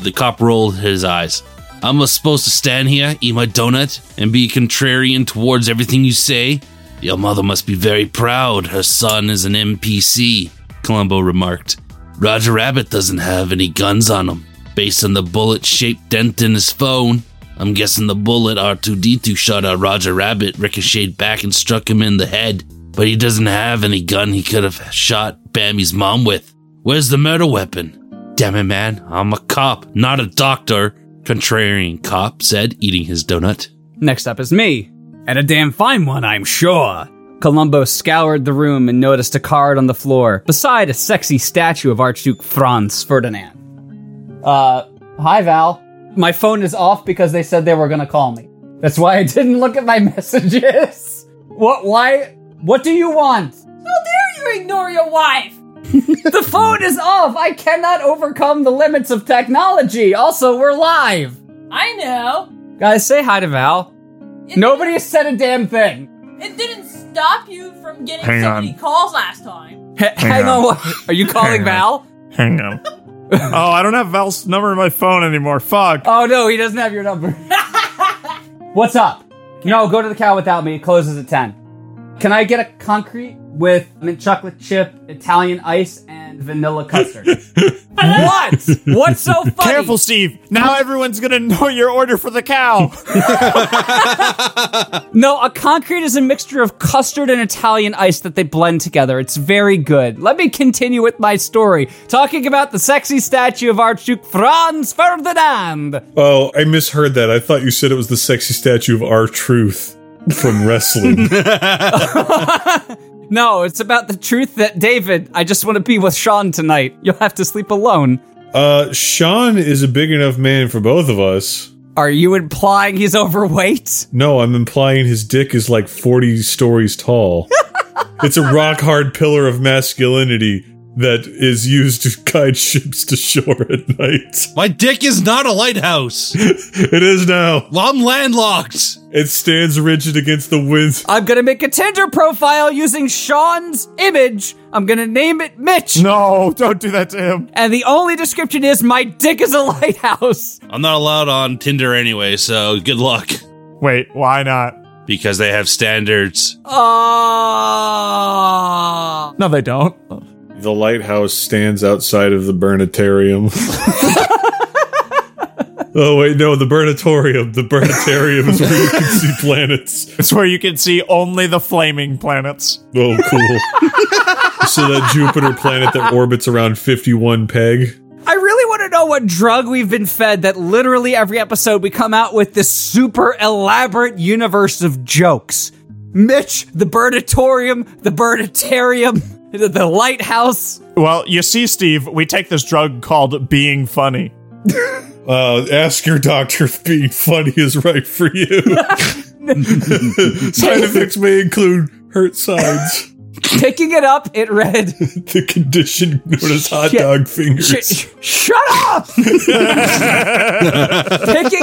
[SPEAKER 12] The cop rolled his eyes. I'm not supposed to stand here, eat my donut, and be contrarian towards everything you say? Your mother must be very proud her son is an NPC, Columbo remarked. Roger Rabbit doesn't have any guns on him. Based on the bullet shaped dent in his phone, I'm guessing the bullet R2D2 shot at Roger Rabbit ricocheted back and struck him in the head, but he doesn't have any gun he could have shot Bambi's mom with. Where's the murder weapon? Damn it, man. I'm a cop, not a doctor, contrarian cop said, eating his donut.
[SPEAKER 4] Next up is me. And a damn fine one, I'm sure. Columbo scoured the room and noticed a card on the floor beside a sexy statue of Archduke Franz Ferdinand. Uh, hi, Val. My phone is off because they said they were gonna call me. That's why I didn't look at my messages. What, why? What do you want? How dare you ignore your wife? the phone is off! I cannot overcome the limits of technology! Also, we're live! I know! Guys, say hi to Val. Nobody said a damn thing.
[SPEAKER 16] It didn't stop you from getting
[SPEAKER 5] Hang
[SPEAKER 16] so
[SPEAKER 5] on.
[SPEAKER 16] many calls last time.
[SPEAKER 4] H- hang,
[SPEAKER 5] on.
[SPEAKER 4] on. Are you calling Val?
[SPEAKER 5] Hang on. oh, I don't have Val's number in my phone anymore. Fuck.
[SPEAKER 4] Oh no, he doesn't have your number. What's up? No, go to the cow without me. It closes at 10. Can I get a concrete with mint chocolate chip, Italian ice, and vanilla custard? what? What's so funny?
[SPEAKER 5] Careful, Steve. Now everyone's gonna know your order for the cow.
[SPEAKER 4] No, a concrete is a mixture of custard and Italian ice that they blend together. It's very good. Let me continue with my story, talking about the sexy statue of Archduke Franz Ferdinand.
[SPEAKER 7] oh i misheard that i thought you said it was the sexy statue of our truth from wrestling
[SPEAKER 4] No, it's about the truth that David, I just want to be with Sean tonight. You'll have to sleep alone.
[SPEAKER 7] uh sean is a big enough man for both of us
[SPEAKER 4] Are you implying he's overweight?
[SPEAKER 7] no i'm implying his dick is like 40 stories tall it's a rock hard pillar of masculinity that is used to guide ships to shore at night.
[SPEAKER 12] My dick is not a lighthouse.
[SPEAKER 7] it is now.
[SPEAKER 12] I'm landlocked.
[SPEAKER 7] It stands rigid against the winds.
[SPEAKER 4] I'm gonna make a Tinder profile using Sean's image. I'm gonna name it Mitch.
[SPEAKER 5] No, don't do that to him.
[SPEAKER 4] And the only description is my dick is a lighthouse.
[SPEAKER 12] I'm not allowed on Tinder anyway, so good luck.
[SPEAKER 5] Wait, why not?
[SPEAKER 12] Because they have standards.
[SPEAKER 4] Ah.
[SPEAKER 5] No, they don't.
[SPEAKER 7] The lighthouse stands outside of the burnitarium. oh wait, no, the burnatorium. The burnitarium is where you can see planets.
[SPEAKER 5] It's where you can see only the flaming planets.
[SPEAKER 7] Oh, cool. so that Jupiter planet that orbits around 51 peg.
[SPEAKER 4] I really want to know what drug we've been fed that literally every episode we come out with this super elaborate universe of jokes. Mitch, the birdatorium, the birditarium, the, the lighthouse.
[SPEAKER 5] Well, Oh, you see, Steve, we take this drug called being funny.
[SPEAKER 7] Uh, ask your doctor if being funny is right for you. Side effects may include hurt sides.
[SPEAKER 4] Picking it up, it read,
[SPEAKER 7] the condition known as hot
[SPEAKER 4] Shit.
[SPEAKER 7] dog fingers.
[SPEAKER 4] Sh- sh- Shut up! Picking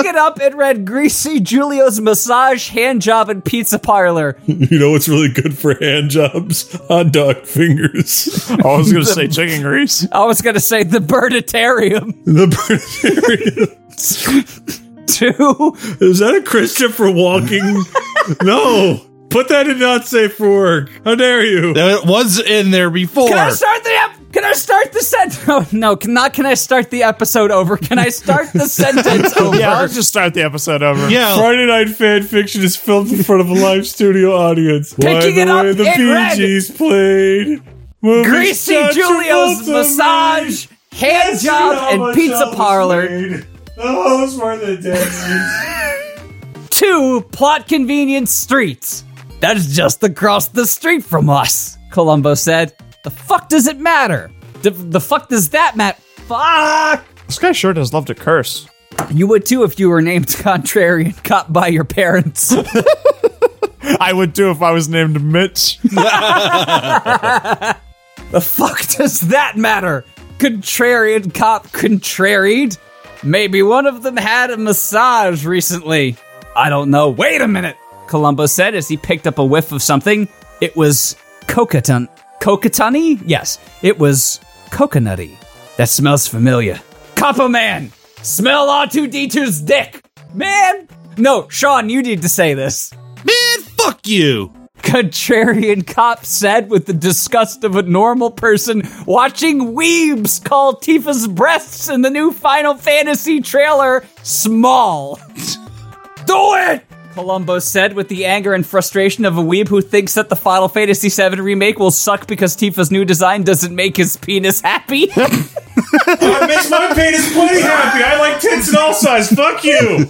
[SPEAKER 4] it up, it read Greasy Julio's Massage, Hand Job, and Pizza Parlor.
[SPEAKER 7] You know what's really good for hand jobs? Hot dog fingers.
[SPEAKER 5] Oh, I was going to say chicken grease.
[SPEAKER 4] I was going to say the Birditarium.
[SPEAKER 7] the planetarium.
[SPEAKER 4] Two.
[SPEAKER 7] Is that a Christopher Walking? no. Put that in not safe for work. How dare you?
[SPEAKER 12] It was in there before.
[SPEAKER 4] Can I start the ep- Can I start the sentence? No, no, can- not can I start the episode over. Can I start the sentence over?
[SPEAKER 5] Yeah, let's just start the episode over.
[SPEAKER 12] Yeah.
[SPEAKER 7] Friday Night Fan Fiction is filmed in front of a live studio audience.
[SPEAKER 4] Picking it up
[SPEAKER 7] the
[SPEAKER 4] in red.
[SPEAKER 7] PGs played. Movie
[SPEAKER 4] Greasy
[SPEAKER 7] John
[SPEAKER 4] Julio's
[SPEAKER 7] Travolta made.
[SPEAKER 4] Massage, Hand Job, and Pizza Parlor.
[SPEAKER 7] Oh, was worth it, Dad.
[SPEAKER 4] Two plot convenience streets. That is just across the street from us, Columbo said. The fuck does it matter? The, the fuck does that matter? Fuck!
[SPEAKER 5] This guy sure does love to curse.
[SPEAKER 4] You would too if you were named Contrarian Caught by your parents.
[SPEAKER 5] I would too if I was named Mitch.
[SPEAKER 4] the fuck does that matter? Contrarian Cop contraried? Maybe one of them had a massage recently. I don't know. Wait a minute, Columbo said as he picked up a whiff of something. It was coconut. Coconutty? Yes, it was coconutty. That smells familiar. Copper Man! Smell R2D2's dick! Man! No, Sean, you need to say this.
[SPEAKER 12] Man, fuck you.
[SPEAKER 4] Contrarian cop said with the disgust of a normal person watching weebs call Tifa's breasts in the new Final Fantasy trailer small. Do it! Columbo said with the anger and frustration of a weeb who thinks that the Final Fantasy VII remake will suck because Tifa's new design doesn't make his penis happy.
[SPEAKER 2] It makes my penis plenty happy. I like tits in all size. Fuck you.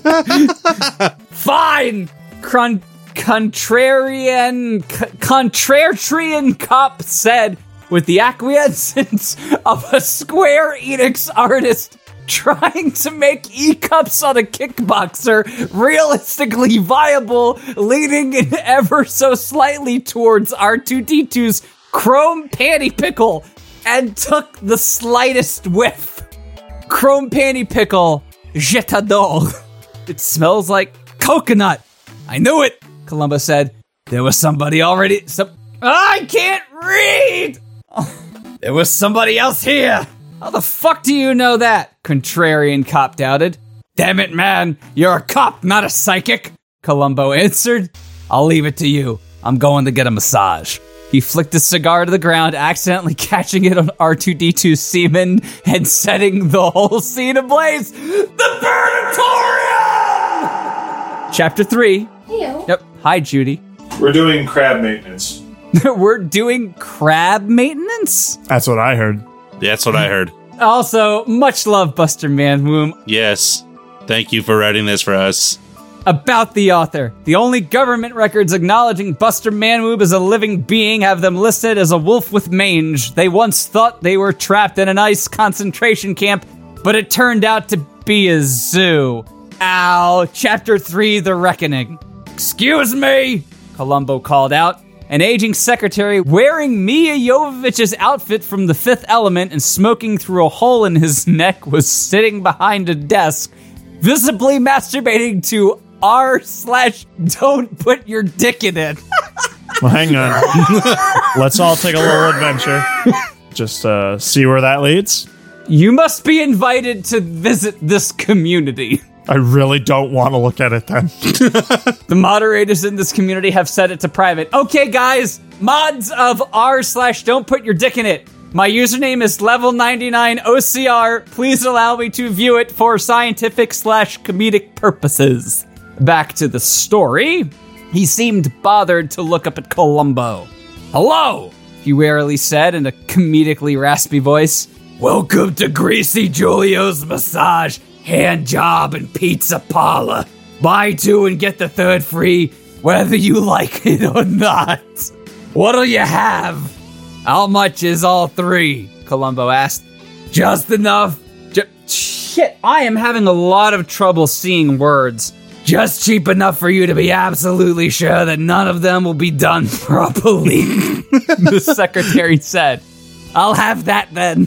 [SPEAKER 4] Fine! Cron- contrarian. C- contrarian cop said with the acquiescence of a Square Enix artist trying to make E cups on a kickboxer realistically viable, leaning in ever so slightly towards R2D2's chrome panty pickle, and took the slightest whiff. Chrome panty pickle, jetador. It smells like coconut. I knew it, Columbus said. There was somebody already. Some, I can't read! there was somebody else here! How the fuck do you know that? Contrarian cop doubted. Damn it, man! You're a cop, not a psychic! Columbo answered. I'll leave it to you. I'm going to get a massage. He flicked his cigar to the ground, accidentally catching it on R2D2's semen and setting the whole scene ablaze. The Burnatorium! Chapter 3.
[SPEAKER 16] Theo.
[SPEAKER 4] Yep. Hi, Judy.
[SPEAKER 7] We're doing crab maintenance.
[SPEAKER 4] We're doing crab maintenance?
[SPEAKER 5] That's what I heard.
[SPEAKER 12] That's what I heard.
[SPEAKER 4] Also, much love, Buster Man Womb,
[SPEAKER 12] Yes. Thank you for writing this for us.
[SPEAKER 4] about the author. The only government records acknowledging Buster Manwoob as a living being have them listed as a wolf with mange. They once thought they were trapped in an ice concentration camp, but it turned out to be a zoo. Ow. Chapter 3 The Reckoning. Excuse me, Columbo called out, an aging secretary wearing Mia Jovovich's outfit from The Fifth Element and smoking through a hole in his neck was sitting behind a desk, visibly masturbating to r slash don't put your dick in it.
[SPEAKER 5] Well, hang on. Let's all take a little adventure. Just uh, see where that leads.
[SPEAKER 4] You must be invited to visit this community.
[SPEAKER 5] I really don't want to look at it then.
[SPEAKER 4] the moderators in this community have set it to private. Okay, guys, mods of r slash don't put your dick in it. My username is level99ocr. Please allow me to view it for scientific slash comedic purposes. Back to the story. He seemed bothered to look up at Columbo. Hello, he warily said in a comedically raspy voice. Welcome to Greasy Julio's Massage, Hand Job, and Pizza Parlor. Buy two and get the third free, whether you like it or not. What'll you have? How much is all three? Columbo asked. Just enough. Ju- shit, I am having a lot of trouble seeing words. Just cheap enough for you to be absolutely sure that none of them will be done properly, the secretary said. I'll have that then.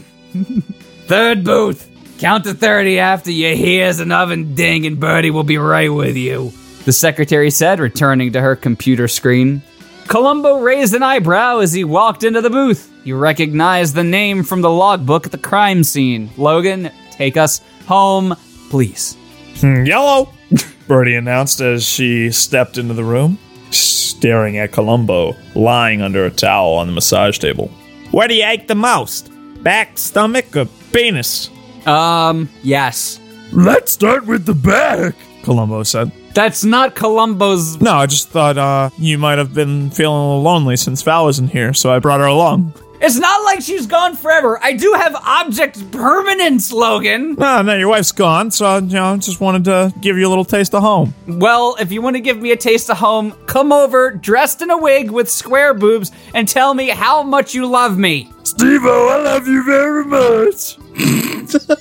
[SPEAKER 4] Third booth. Count to 30 after you hears an oven ding, and Birdie will be right with you, the secretary said, returning to her computer screen. Columbo raised an eyebrow as he walked into the booth. You recognize the name from the logbook at the crime scene. Logan, take us home, please.
[SPEAKER 5] Yellow, Birdie announced as she stepped into the room, staring at Columbo, lying under a towel on the massage table. Where do you ache the most? Back, stomach, or penis?
[SPEAKER 4] Um, yes.
[SPEAKER 14] Let's start with the back.
[SPEAKER 5] Columbo said.
[SPEAKER 4] That's not Columbo's.
[SPEAKER 5] No, I just thought uh, you might have been feeling a little lonely since Val isn't here, so I brought her along.
[SPEAKER 4] It's not like she's gone forever. I do have object permanence, Logan.
[SPEAKER 5] No, Ah, no, your wife's gone, so I you know, just wanted to give you a little taste of home.
[SPEAKER 4] Well, if you want to give me a taste of home, come over dressed in a wig with square boobs and tell me how much you love me.
[SPEAKER 14] Steve I love you very much.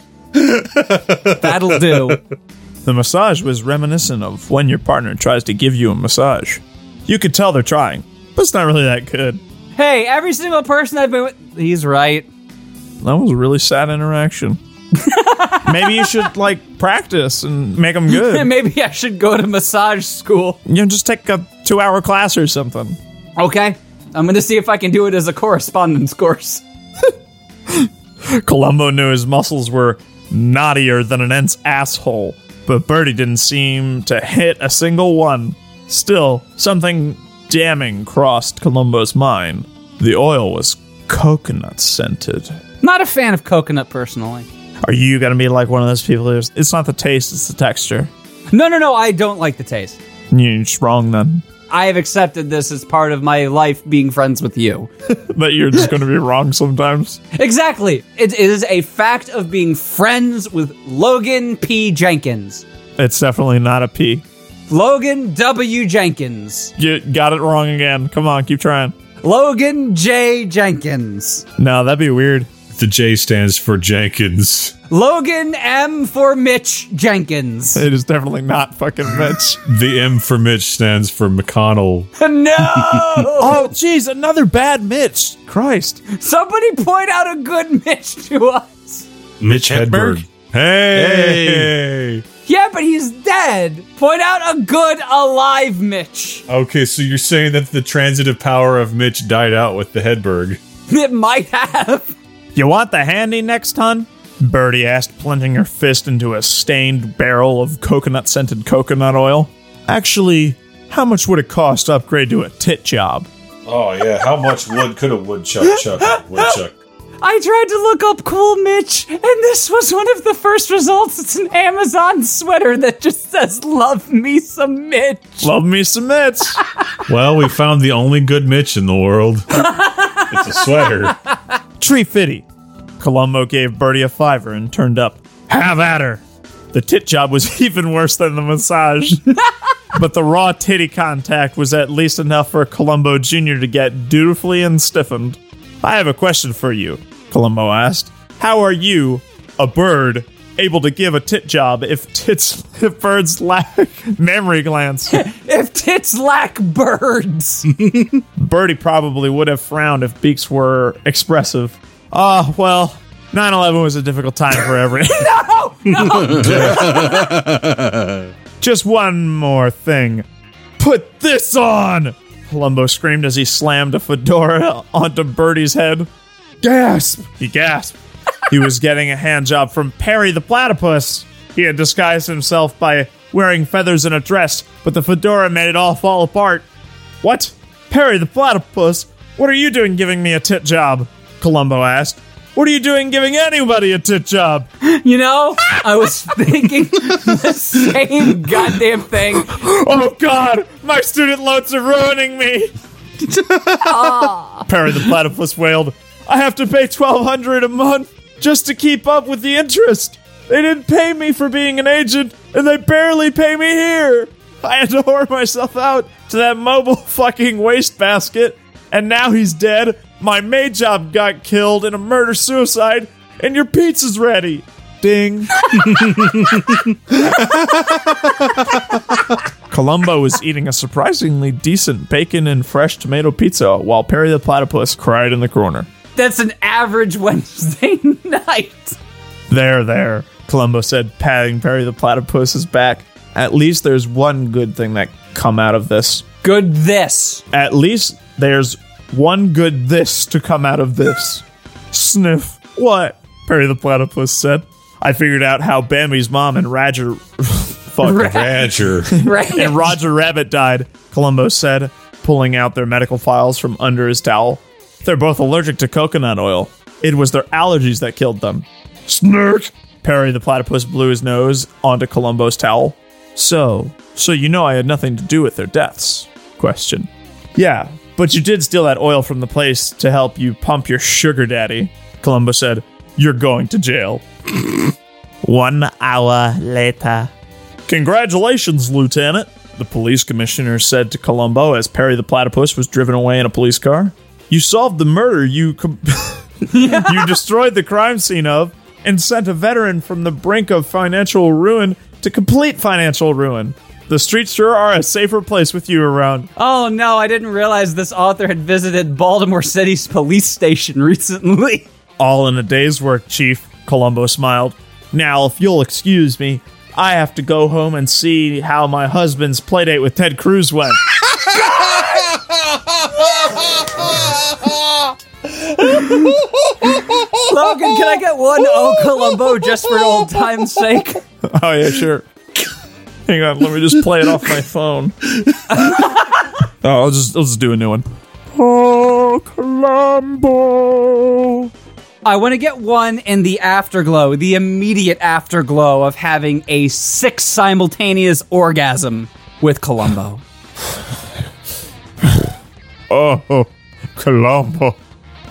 [SPEAKER 4] That'll do.
[SPEAKER 5] The massage was reminiscent of when your partner tries to give you a massage. You could tell they're trying, but it's not really that good.
[SPEAKER 4] Hey, every single person I've been with. He's right.
[SPEAKER 5] That was a really sad interaction. Maybe you should like practice and make them good.
[SPEAKER 4] Maybe I should go to massage school.
[SPEAKER 5] You know, just take a two-hour class or something.
[SPEAKER 4] Okay, I'm gonna see if I can do it as a correspondence course.
[SPEAKER 5] Columbo knew his muscles were knottier than an ent's asshole, but Birdie didn't seem to hit a single one. Still, something damning crossed Columbo's mind. The oil was coconut scented.
[SPEAKER 4] Not a fan of coconut personally.
[SPEAKER 5] Are you gonna be like one of those people who's it's not the taste, it's the texture?
[SPEAKER 4] No, no, no, I don't like the taste.
[SPEAKER 5] You're just wrong then.
[SPEAKER 4] I have accepted this as part of my life being friends with you.
[SPEAKER 5] that you're just going to be wrong sometimes.
[SPEAKER 4] Exactly. It is a fact of being friends with Logan P. Jenkins.
[SPEAKER 5] It's definitely not a P.
[SPEAKER 4] Logan W. Jenkins.
[SPEAKER 5] You got it wrong again. Come on, keep trying.
[SPEAKER 4] Logan J. Jenkins.
[SPEAKER 5] No, that'd be weird.
[SPEAKER 7] The J stands for Jenkins.
[SPEAKER 4] Logan M for Mitch Jenkins.
[SPEAKER 5] It is definitely not fucking Mitch.
[SPEAKER 7] the M for Mitch stands for McConnell.
[SPEAKER 4] no!
[SPEAKER 5] oh, jeez, another bad Mitch. Christ.
[SPEAKER 4] Somebody point out a good Mitch to us.
[SPEAKER 12] Mitch Hedberg.
[SPEAKER 7] Hey. hey!
[SPEAKER 4] Yeah, but he's dead. Point out a good alive Mitch.
[SPEAKER 7] Okay, so you're saying that the transitive power of Mitch died out with the Hedberg.
[SPEAKER 4] It might have.
[SPEAKER 5] You want the handy next hun? Birdie asked, plunging her fist into a stained barrel of coconut scented coconut oil. Actually, how much would it cost to upgrade to a tit job?
[SPEAKER 2] Oh yeah, how much wood could a woodchuck chuck woodchuck?
[SPEAKER 4] I tried to look up Cool Mitch, and this was one of the first results. It's an Amazon sweater that just says, Love me some Mitch.
[SPEAKER 5] Love me some Mitch.
[SPEAKER 7] well, we found the only good Mitch in the world. it's a sweater.
[SPEAKER 5] Tree fitty. Columbo gave Birdie a fiver and turned up. Have at her. The tit job was even worse than the massage. but the raw titty contact was at least enough for Columbo Jr. to get dutifully and stiffened. I have a question for you, Columbo asked. How are you, a bird, able to give a tit job if tits if birds lack memory glands.
[SPEAKER 4] if tits lack birds.
[SPEAKER 5] Birdie probably would have frowned if beaks were expressive. Ah, well, 9/11 was a difficult time for everyone.
[SPEAKER 4] no,
[SPEAKER 5] no. Just one more thing. Put this on! Columbo screamed as he slammed a fedora onto Birdie's head. Gasp! He gasped. he was getting a hand job from Perry the platypus. He had disguised himself by wearing feathers and a dress, but the fedora made it all fall apart. What? Perry the platypus? What are you doing giving me a tit job? Columbo asked. What are you doing giving anybody a tit job?
[SPEAKER 4] You know, I was thinking the same goddamn thing.
[SPEAKER 5] Oh god, my student loans are ruining me. Perry the platypus wailed. I have to pay 1200 a month just to keep up with the interest. They didn't pay me for being an agent and they barely pay me here. I had to whore myself out to that mobile fucking wastebasket and now he's dead. My maid job got killed in a murder suicide and your pizza's ready. Ding. Columbo was eating a surprisingly decent bacon and fresh tomato pizza while Perry the platypus cried in the corner.
[SPEAKER 4] That's an average Wednesday night.
[SPEAKER 5] There, there, Columbo said, patting Perry the platypus's back. At least there's one good thing that come out of this.
[SPEAKER 4] Good this.
[SPEAKER 5] At least there's one good this to come out of this. Sniff. What? Perry the platypus said. I figured out how Bambi's mom and Roger fuck
[SPEAKER 2] Rad- Roger.
[SPEAKER 5] and Roger Rabbit died, Columbo said, pulling out their medical files from under his towel. They're both allergic to coconut oil. It was their allergies that killed them. Snurk! Perry the platypus blew his nose onto Columbo's towel. So, so you know I had nothing to do with their deaths? Question. Yeah, but you did steal that oil from the place to help you pump your sugar daddy, Columbo said. You're going to jail. One hour later. Congratulations, Lieutenant, the police commissioner said to Columbo as Perry the platypus was driven away in a police car. You solved the murder you com- you destroyed the crime scene of and sent a veteran from the brink of financial ruin to complete financial ruin. The streets sure are a safer place with you around.
[SPEAKER 4] Oh no, I didn't realize this author had visited Baltimore City's police station recently.
[SPEAKER 5] All in a day's work, Chief, Columbo smiled. Now, if you'll excuse me, I have to go home and see how my husband's playdate with Ted Cruz went.
[SPEAKER 4] Logan, can I get one O Columbo just for old time's sake?
[SPEAKER 5] Oh yeah, sure. Hang on, let me just play it off my phone. oh, I'll just I'll just do a new one. Oh, Columbo.
[SPEAKER 4] I want to get one in the afterglow, the immediate afterglow of having a six simultaneous orgasm with Columbo.
[SPEAKER 5] Oh, Colombo.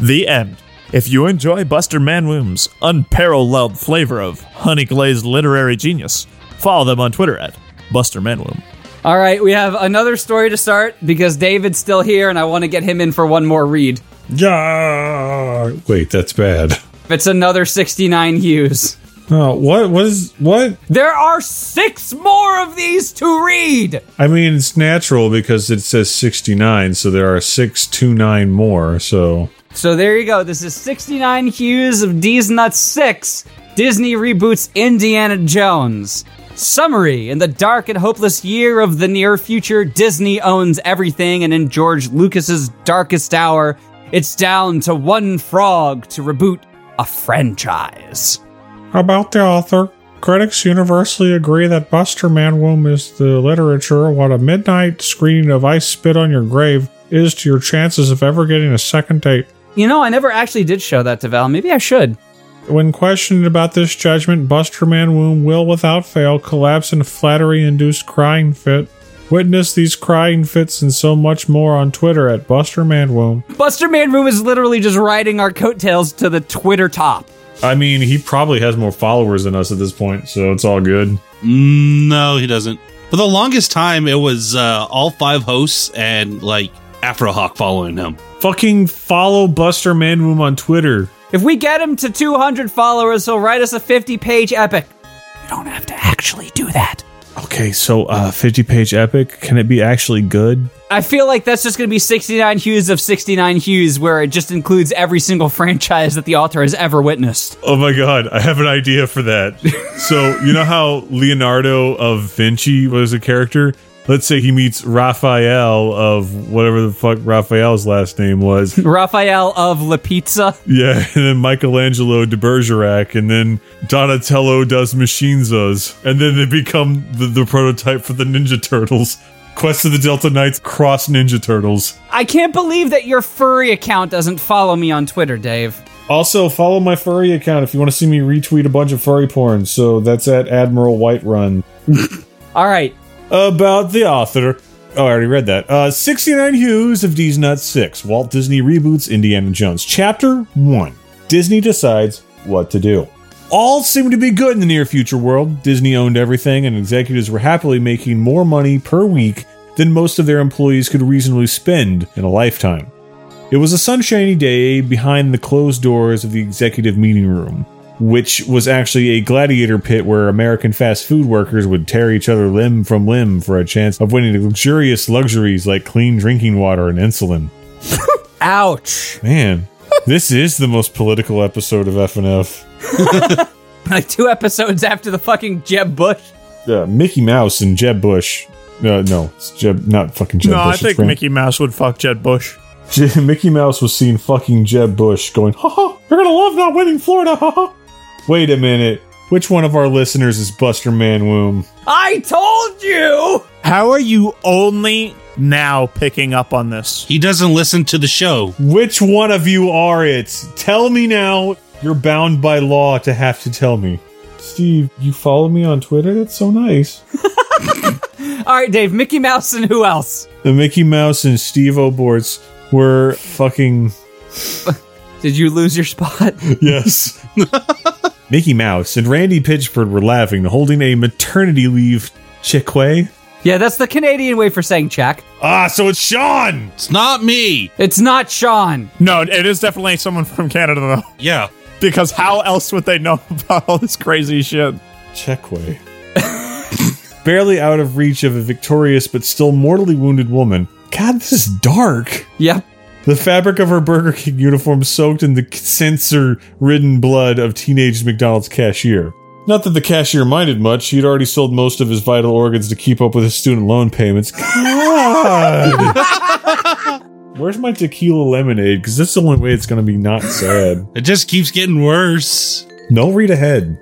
[SPEAKER 5] The end. If you enjoy Buster Manwomb's unparalleled flavor of honey glazed literary genius, follow them on Twitter at Buster Manwomb.
[SPEAKER 4] All right, we have another story to start because David's still here and I want to get him in for one more read.
[SPEAKER 7] Yeah. Wait, that's bad.
[SPEAKER 4] It's another 69 hues.
[SPEAKER 7] Oh, what was what?
[SPEAKER 4] There are six more of these to read.
[SPEAKER 7] I mean, it's natural because it says 69, so there are 629 more, so
[SPEAKER 4] So there you go. This is 69 hues of D's Nuts 6. Disney reboots Indiana Jones. Summary In the dark and hopeless year of the near future, Disney owns everything, and in George Lucas's darkest hour, it's down to one frog to reboot a franchise.
[SPEAKER 7] How about the author? Critics universally agree that Buster Manwomb is the literature, what a midnight screening of I Spit on Your Grave is to your chances of ever getting a second date.
[SPEAKER 4] You know, I never actually did show that to Val. Maybe I should.
[SPEAKER 7] When questioned about this judgment, Buster Manwomb will without fail collapse in a flattery induced crying fit. Witness these crying fits and so much more on Twitter at Buster Manwomb.
[SPEAKER 4] Buster Man Room is literally just riding our coattails to the Twitter top.
[SPEAKER 7] I mean, he probably has more followers than us at this point, so it's all good.
[SPEAKER 12] No, he doesn't. For the longest time, it was uh, all five hosts and like Afrohawk following him.
[SPEAKER 7] Fucking follow Buster Manwomb on Twitter.
[SPEAKER 4] If we get him to 200 followers, he'll write us a 50 page epic.
[SPEAKER 5] You don't have to actually do that.
[SPEAKER 7] Okay, so uh, 50 page epic, can it be actually good?
[SPEAKER 4] I feel like that's just going to be 69 hues of 69 hues, where it just includes every single franchise that the author has ever witnessed.
[SPEAKER 7] Oh my god, I have an idea for that. so, you know how Leonardo of Vinci was a character? Let's say he meets Raphael of whatever the fuck Raphael's last name was.
[SPEAKER 4] Raphael of La Pizza.
[SPEAKER 7] Yeah, and then Michelangelo de Bergerac, and then Donatello does Machinzas, and then they become the, the prototype for the Ninja Turtles. Quest of the Delta Knights cross Ninja Turtles.
[SPEAKER 4] I can't believe that your furry account doesn't follow me on Twitter, Dave.
[SPEAKER 7] Also, follow my furry account if you want to see me retweet a bunch of furry porn. So that's at Admiral Whiterun.
[SPEAKER 4] All right.
[SPEAKER 7] About the author. Oh, I already read that. Uh, 69 Hues of D's Nuts 6. Walt Disney reboots Indiana Jones. Chapter 1. Disney decides what to do. All seemed to be good in the near future world. Disney owned everything, and executives were happily making more money per week than most of their employees could reasonably spend in a lifetime. It was a sunshiny day behind the closed doors of the executive meeting room, which was actually a gladiator pit where American fast food workers would tear each other limb from limb for a chance of winning luxurious luxuries like clean drinking water and insulin.
[SPEAKER 4] Ouch.
[SPEAKER 7] Man, this is the most political episode of FNF.
[SPEAKER 4] like two episodes after the fucking Jeb Bush.
[SPEAKER 7] Uh, Mickey Mouse and Jeb Bush. Uh, no, it's Jeb, not fucking Jeb
[SPEAKER 5] no,
[SPEAKER 7] Bush.
[SPEAKER 5] I
[SPEAKER 7] it's
[SPEAKER 5] think
[SPEAKER 7] Frank-
[SPEAKER 5] Mickey Mouse would fuck Jed Bush.
[SPEAKER 7] J- Mickey Mouse was seen fucking Jeb Bush, going, "Ha ha, you're gonna love not winning Florida." Ha ha. Wait a minute, which one of our listeners is Buster Manwomb?
[SPEAKER 4] I told you!
[SPEAKER 5] How are you only now picking up on this?
[SPEAKER 12] He doesn't listen to the show.
[SPEAKER 7] Which one of you are it? Tell me now. You're bound by law to have to tell me. Steve, you follow me on Twitter? That's so nice.
[SPEAKER 4] All right, Dave, Mickey Mouse and who else?
[SPEAKER 7] The Mickey Mouse and Steve O'Borts were fucking
[SPEAKER 4] Did you lose your spot?
[SPEAKER 7] Yes. Mickey Mouse and Randy Pitchford were laughing, holding a maternity leave chickwe.
[SPEAKER 4] yeah, that's the Canadian way for saying check.
[SPEAKER 7] Ah, so it's Sean!
[SPEAKER 12] It's not me.
[SPEAKER 4] It's not Sean.
[SPEAKER 5] No, it is definitely someone from Canada, though.
[SPEAKER 12] Yeah.
[SPEAKER 5] Because how else would they know about all this crazy shit?
[SPEAKER 7] Checkway. Barely out of reach of a victorious but still mortally wounded woman. God, this is dark.
[SPEAKER 4] Yep.
[SPEAKER 7] The fabric of her Burger King uniform soaked in the censor ridden blood of teenage McDonald's cashier. Not that the cashier minded much, he'd already sold most of his vital organs to keep up with his student loan payments. God! Where's my tequila lemonade? Because that's the only way it's going to be not sad.
[SPEAKER 12] It just keeps getting worse.
[SPEAKER 7] No, read ahead.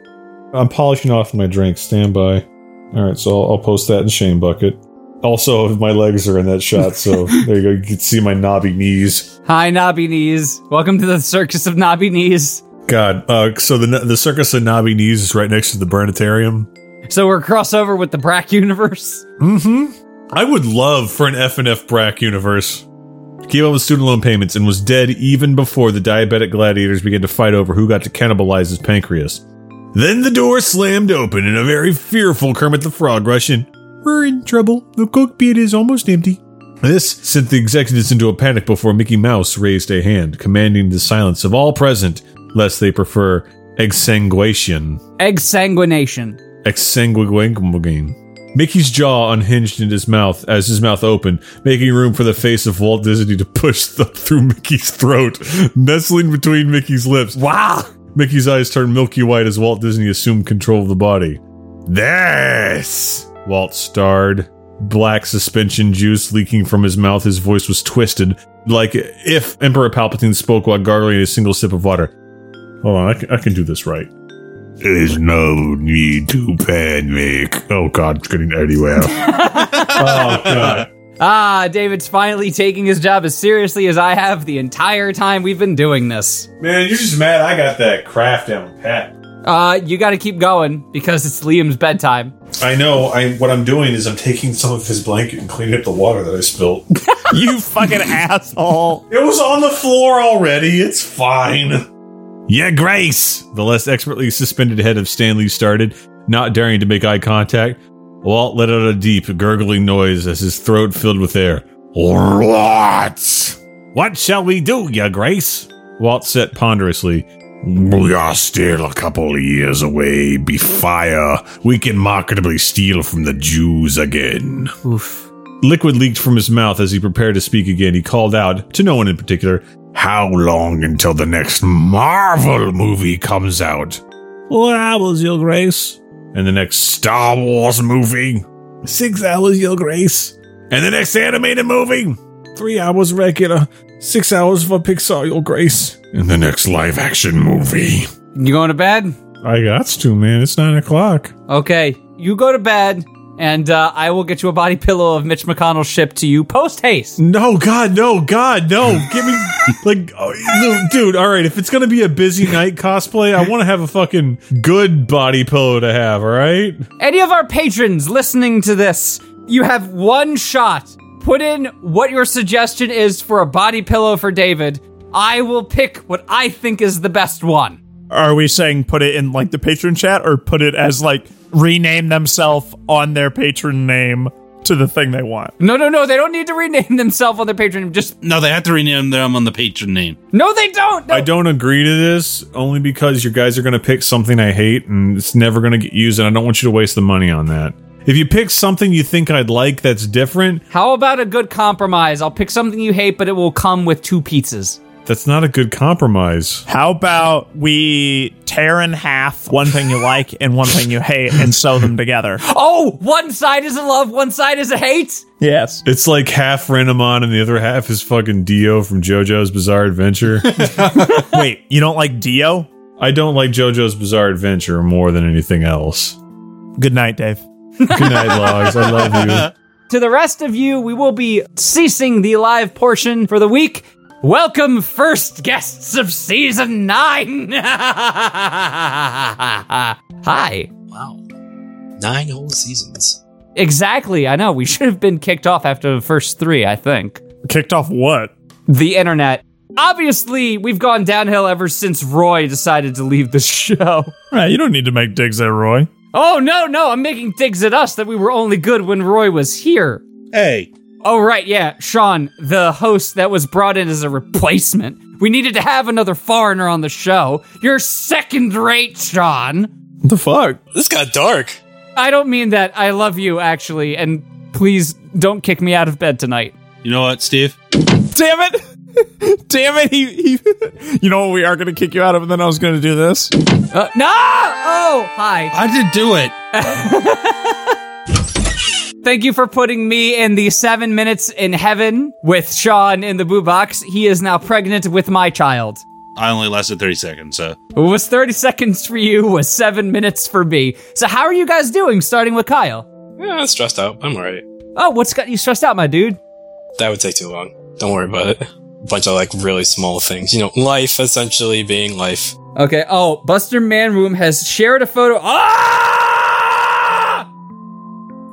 [SPEAKER 7] I'm polishing off my drink. Stand by. All right, so I'll, I'll post that in Shane Bucket. Also, my legs are in that shot, so there you go. You can see my knobby knees.
[SPEAKER 4] Hi, Knobby Knees. Welcome to the Circus of Knobby Knees.
[SPEAKER 7] God, uh, so the the circus of knobby knees is right next to the planetarium.
[SPEAKER 4] So we're crossover with the Brack universe.
[SPEAKER 7] Mm-hmm. I would love for an FNF Brack universe. Gave up with student loan payments and was dead even before the diabetic gladiators began to fight over who got to cannibalize his pancreas. Then the door slammed open and a very fearful Kermit the Frog rushed in. We're in trouble. The coke pit is almost empty. This sent the executives into a panic before Mickey Mouse raised a hand, commanding the silence of all present, lest they prefer exsanguation.
[SPEAKER 4] Exsanguination.
[SPEAKER 7] Exsanguinguin. Mickey's jaw unhinged in his mouth as his mouth opened, making room for the face of Walt Disney to push th- through Mickey's throat, nestling between Mickey's lips.
[SPEAKER 4] Wow!
[SPEAKER 7] Mickey's eyes turned milky white as Walt Disney assumed control of the body. This! Walt starred. Black suspension juice leaking from his mouth, his voice was twisted, like if Emperor Palpatine spoke while gargling a single sip of water. Hold on, I can, I can do this right.
[SPEAKER 3] There's no need to panic.
[SPEAKER 7] Oh god, it's getting anywhere. oh god.
[SPEAKER 4] Ah, David's finally taking his job as seriously as I have the entire time we've been doing this.
[SPEAKER 7] Man, you're just mad I got that craft down pat.
[SPEAKER 4] Uh, you gotta keep going because it's Liam's bedtime.
[SPEAKER 7] I know. I what I'm doing is I'm taking some of his blanket and cleaning up the water that I spilled.
[SPEAKER 5] You fucking asshole.
[SPEAKER 7] it was on the floor already. It's fine. Yeah, Grace. The less expertly suspended head of Stanley started, not daring to make eye contact. Walt let out a deep, gurgling noise as his throat filled with air. What? What shall we do, Ya Grace? Walt sat ponderously,
[SPEAKER 3] We are still a couple of years away. Be fire. We can marketably steal from the Jews again.
[SPEAKER 4] Oof.
[SPEAKER 7] Liquid leaked from his mouth as he prepared to speak again. He called out, to no one in particular,
[SPEAKER 3] How long until the next Marvel movie comes out?
[SPEAKER 17] Four hours, Your Grace.
[SPEAKER 3] And the next Star Wars movie?
[SPEAKER 17] Six hours, Your Grace.
[SPEAKER 3] And the next animated movie?
[SPEAKER 17] Three hours regular. Six hours for Pixar, Your Grace.
[SPEAKER 3] And the next live action movie?
[SPEAKER 4] You going to bed?
[SPEAKER 7] I got to, man. It's nine o'clock.
[SPEAKER 4] Okay, you go to bed, and uh, I will get you a body pillow of Mitch McConnell shipped to you post haste.
[SPEAKER 7] No, God, no, God, no. Give me, like, oh, no, dude, all right. If it's going to be a busy night cosplay, I want to have a fucking good body pillow to have, all right?
[SPEAKER 4] Any of our patrons listening to this, you have one shot. Put in what your suggestion is for a body pillow for David. I will pick what I think is the best one.
[SPEAKER 5] Are we saying put it in like the patron chat or put it as like rename themselves on their patron name to the thing they want?
[SPEAKER 4] No, no, no. They don't need to rename themselves on their patron name. Just
[SPEAKER 12] No, they have to rename them on the patron name.
[SPEAKER 4] no, they don't. No.
[SPEAKER 7] I don't agree to this only because you guys are going to pick something I hate and it's never going to get used, and I don't want you to waste the money on that. If you pick something you think I'd like that's different,
[SPEAKER 4] How about a good compromise? I'll pick something you hate, but it will come with two pizzas.
[SPEAKER 7] that's not a good compromise.
[SPEAKER 5] How about we tear in half one thing you like and one thing you hate and sew them together?
[SPEAKER 4] Oh, one side is a love, one side is a hate.
[SPEAKER 5] Yes.
[SPEAKER 7] It's like half Renamon and the other half is fucking Dio from JoJo's Bizarre Adventure.
[SPEAKER 5] Wait, you don't like Dio?
[SPEAKER 7] I don't like JoJo's Bizarre Adventure more than anything else.
[SPEAKER 5] Good night, Dave.
[SPEAKER 7] Good night, Logs. I love you.
[SPEAKER 4] To the rest of you, we will be ceasing the live portion for the week. Welcome, first guests of season nine. Hi.
[SPEAKER 18] Wow. Nine whole seasons.
[SPEAKER 4] Exactly. I know. We should have been kicked off after the first three, I think.
[SPEAKER 5] Kicked off what?
[SPEAKER 4] The internet. Obviously, we've gone downhill ever since Roy decided to leave the show.
[SPEAKER 5] Right, you don't need to make digs at Roy.
[SPEAKER 4] Oh, no, no. I'm making digs at us that we were only good when Roy was here.
[SPEAKER 17] Hey,
[SPEAKER 4] Oh, right, yeah. Sean, the host that was brought in as a replacement. We needed to have another foreigner on the show. You're second rate, Sean.
[SPEAKER 5] What the fuck?
[SPEAKER 18] This got dark.
[SPEAKER 4] I don't mean that. I love you, actually, and please don't kick me out of bed tonight.
[SPEAKER 12] You know what, Steve?
[SPEAKER 5] Damn it! Damn it! He, he You know what we are gonna kick you out of, and then I was gonna do this.
[SPEAKER 4] Uh, no! Oh, hi.
[SPEAKER 12] I did do it.
[SPEAKER 4] Thank you for putting me in the seven minutes in heaven with Sean in the boo box. He is now pregnant with my child.
[SPEAKER 12] I only lasted 30 seconds, so.
[SPEAKER 4] What was 30 seconds for you was seven minutes for me. So, how are you guys doing, starting with Kyle?
[SPEAKER 18] Yeah, I'm stressed out. I'm alright.
[SPEAKER 4] Oh, what's got you stressed out, my dude?
[SPEAKER 18] That would take too long. Don't worry about it. A bunch of like really small things. You know, life essentially being life.
[SPEAKER 4] Okay. Oh, Buster Manroom has shared a photo. Ah!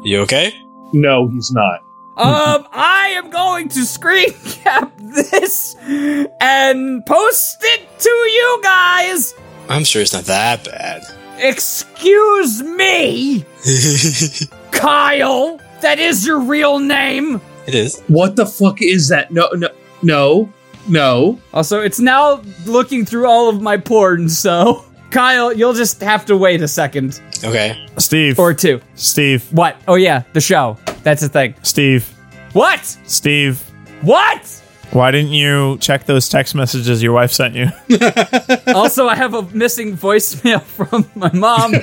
[SPEAKER 18] You okay?
[SPEAKER 19] No, he's not.
[SPEAKER 4] um, I am going to screen cap this and post it to you guys.
[SPEAKER 18] I'm sure it's not that bad.
[SPEAKER 4] Excuse me,
[SPEAKER 18] it
[SPEAKER 4] Kyle. That is your real name.
[SPEAKER 18] is.
[SPEAKER 19] What the fuck is that? No, no, no, no.
[SPEAKER 4] Also, it's now looking through all of my porn, so Kyle, you'll just have to wait a second
[SPEAKER 18] Okay.
[SPEAKER 5] Steve.
[SPEAKER 4] or two.
[SPEAKER 5] Steve.
[SPEAKER 4] What? Oh yeah, the show. That's the thing.
[SPEAKER 5] Steve.
[SPEAKER 4] What?
[SPEAKER 5] Steve.
[SPEAKER 4] What?
[SPEAKER 5] Why didn't you check those text messages your wife sent you?
[SPEAKER 4] also, I have a missing voicemail from my mom.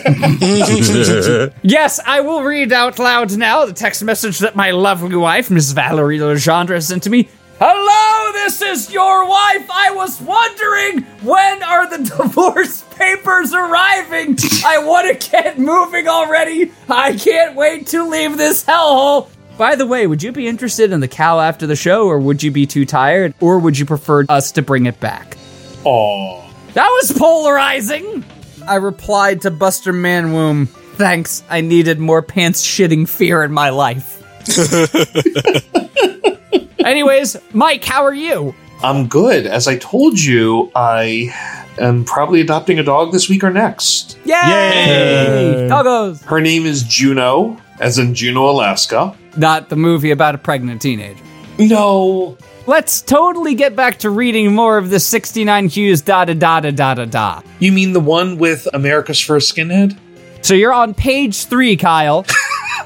[SPEAKER 4] yes, I will read out loud now the text message that my lovely wife, Miss Valerie Legendre, sent to me. Hello, this is your wife. I was wondering when are the divorce papers arriving? I want to get moving already. I can't wait to leave this hellhole. By the way, would you be interested in the cow after the show, or would you be too tired, or would you prefer us to bring it back?
[SPEAKER 19] Oh,
[SPEAKER 4] That was polarizing! I replied to Buster Manwomb, thanks, I needed more pants shitting fear in my life. Anyways, Mike, how are you?
[SPEAKER 19] I'm good. As I told you, I am probably adopting a dog this week or next.
[SPEAKER 4] Yay! Doggos!
[SPEAKER 19] Her name is Juno, as in Juneau, Alaska.
[SPEAKER 4] Not the movie about a pregnant teenager.
[SPEAKER 19] No,
[SPEAKER 4] Let's totally get back to reading more of the 69 Hughes da da da da da da da.
[SPEAKER 19] You mean the one with America's First Skinhead?
[SPEAKER 4] So you're on page three, Kyle.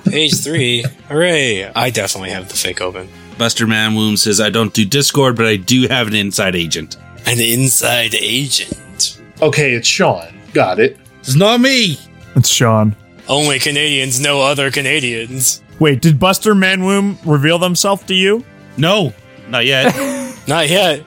[SPEAKER 18] Page three. Hooray! I definitely have the fake open.
[SPEAKER 12] Buster Manwoom says, I don't do Discord, but I do have an inside agent.
[SPEAKER 18] An inside agent?
[SPEAKER 19] Okay, it's Sean. Got it.
[SPEAKER 12] It's not me!
[SPEAKER 5] It's Sean.
[SPEAKER 18] Only Canadians know other Canadians.
[SPEAKER 5] Wait, did Buster Manwoom reveal themselves to you?
[SPEAKER 12] No, not yet.
[SPEAKER 18] Not yet.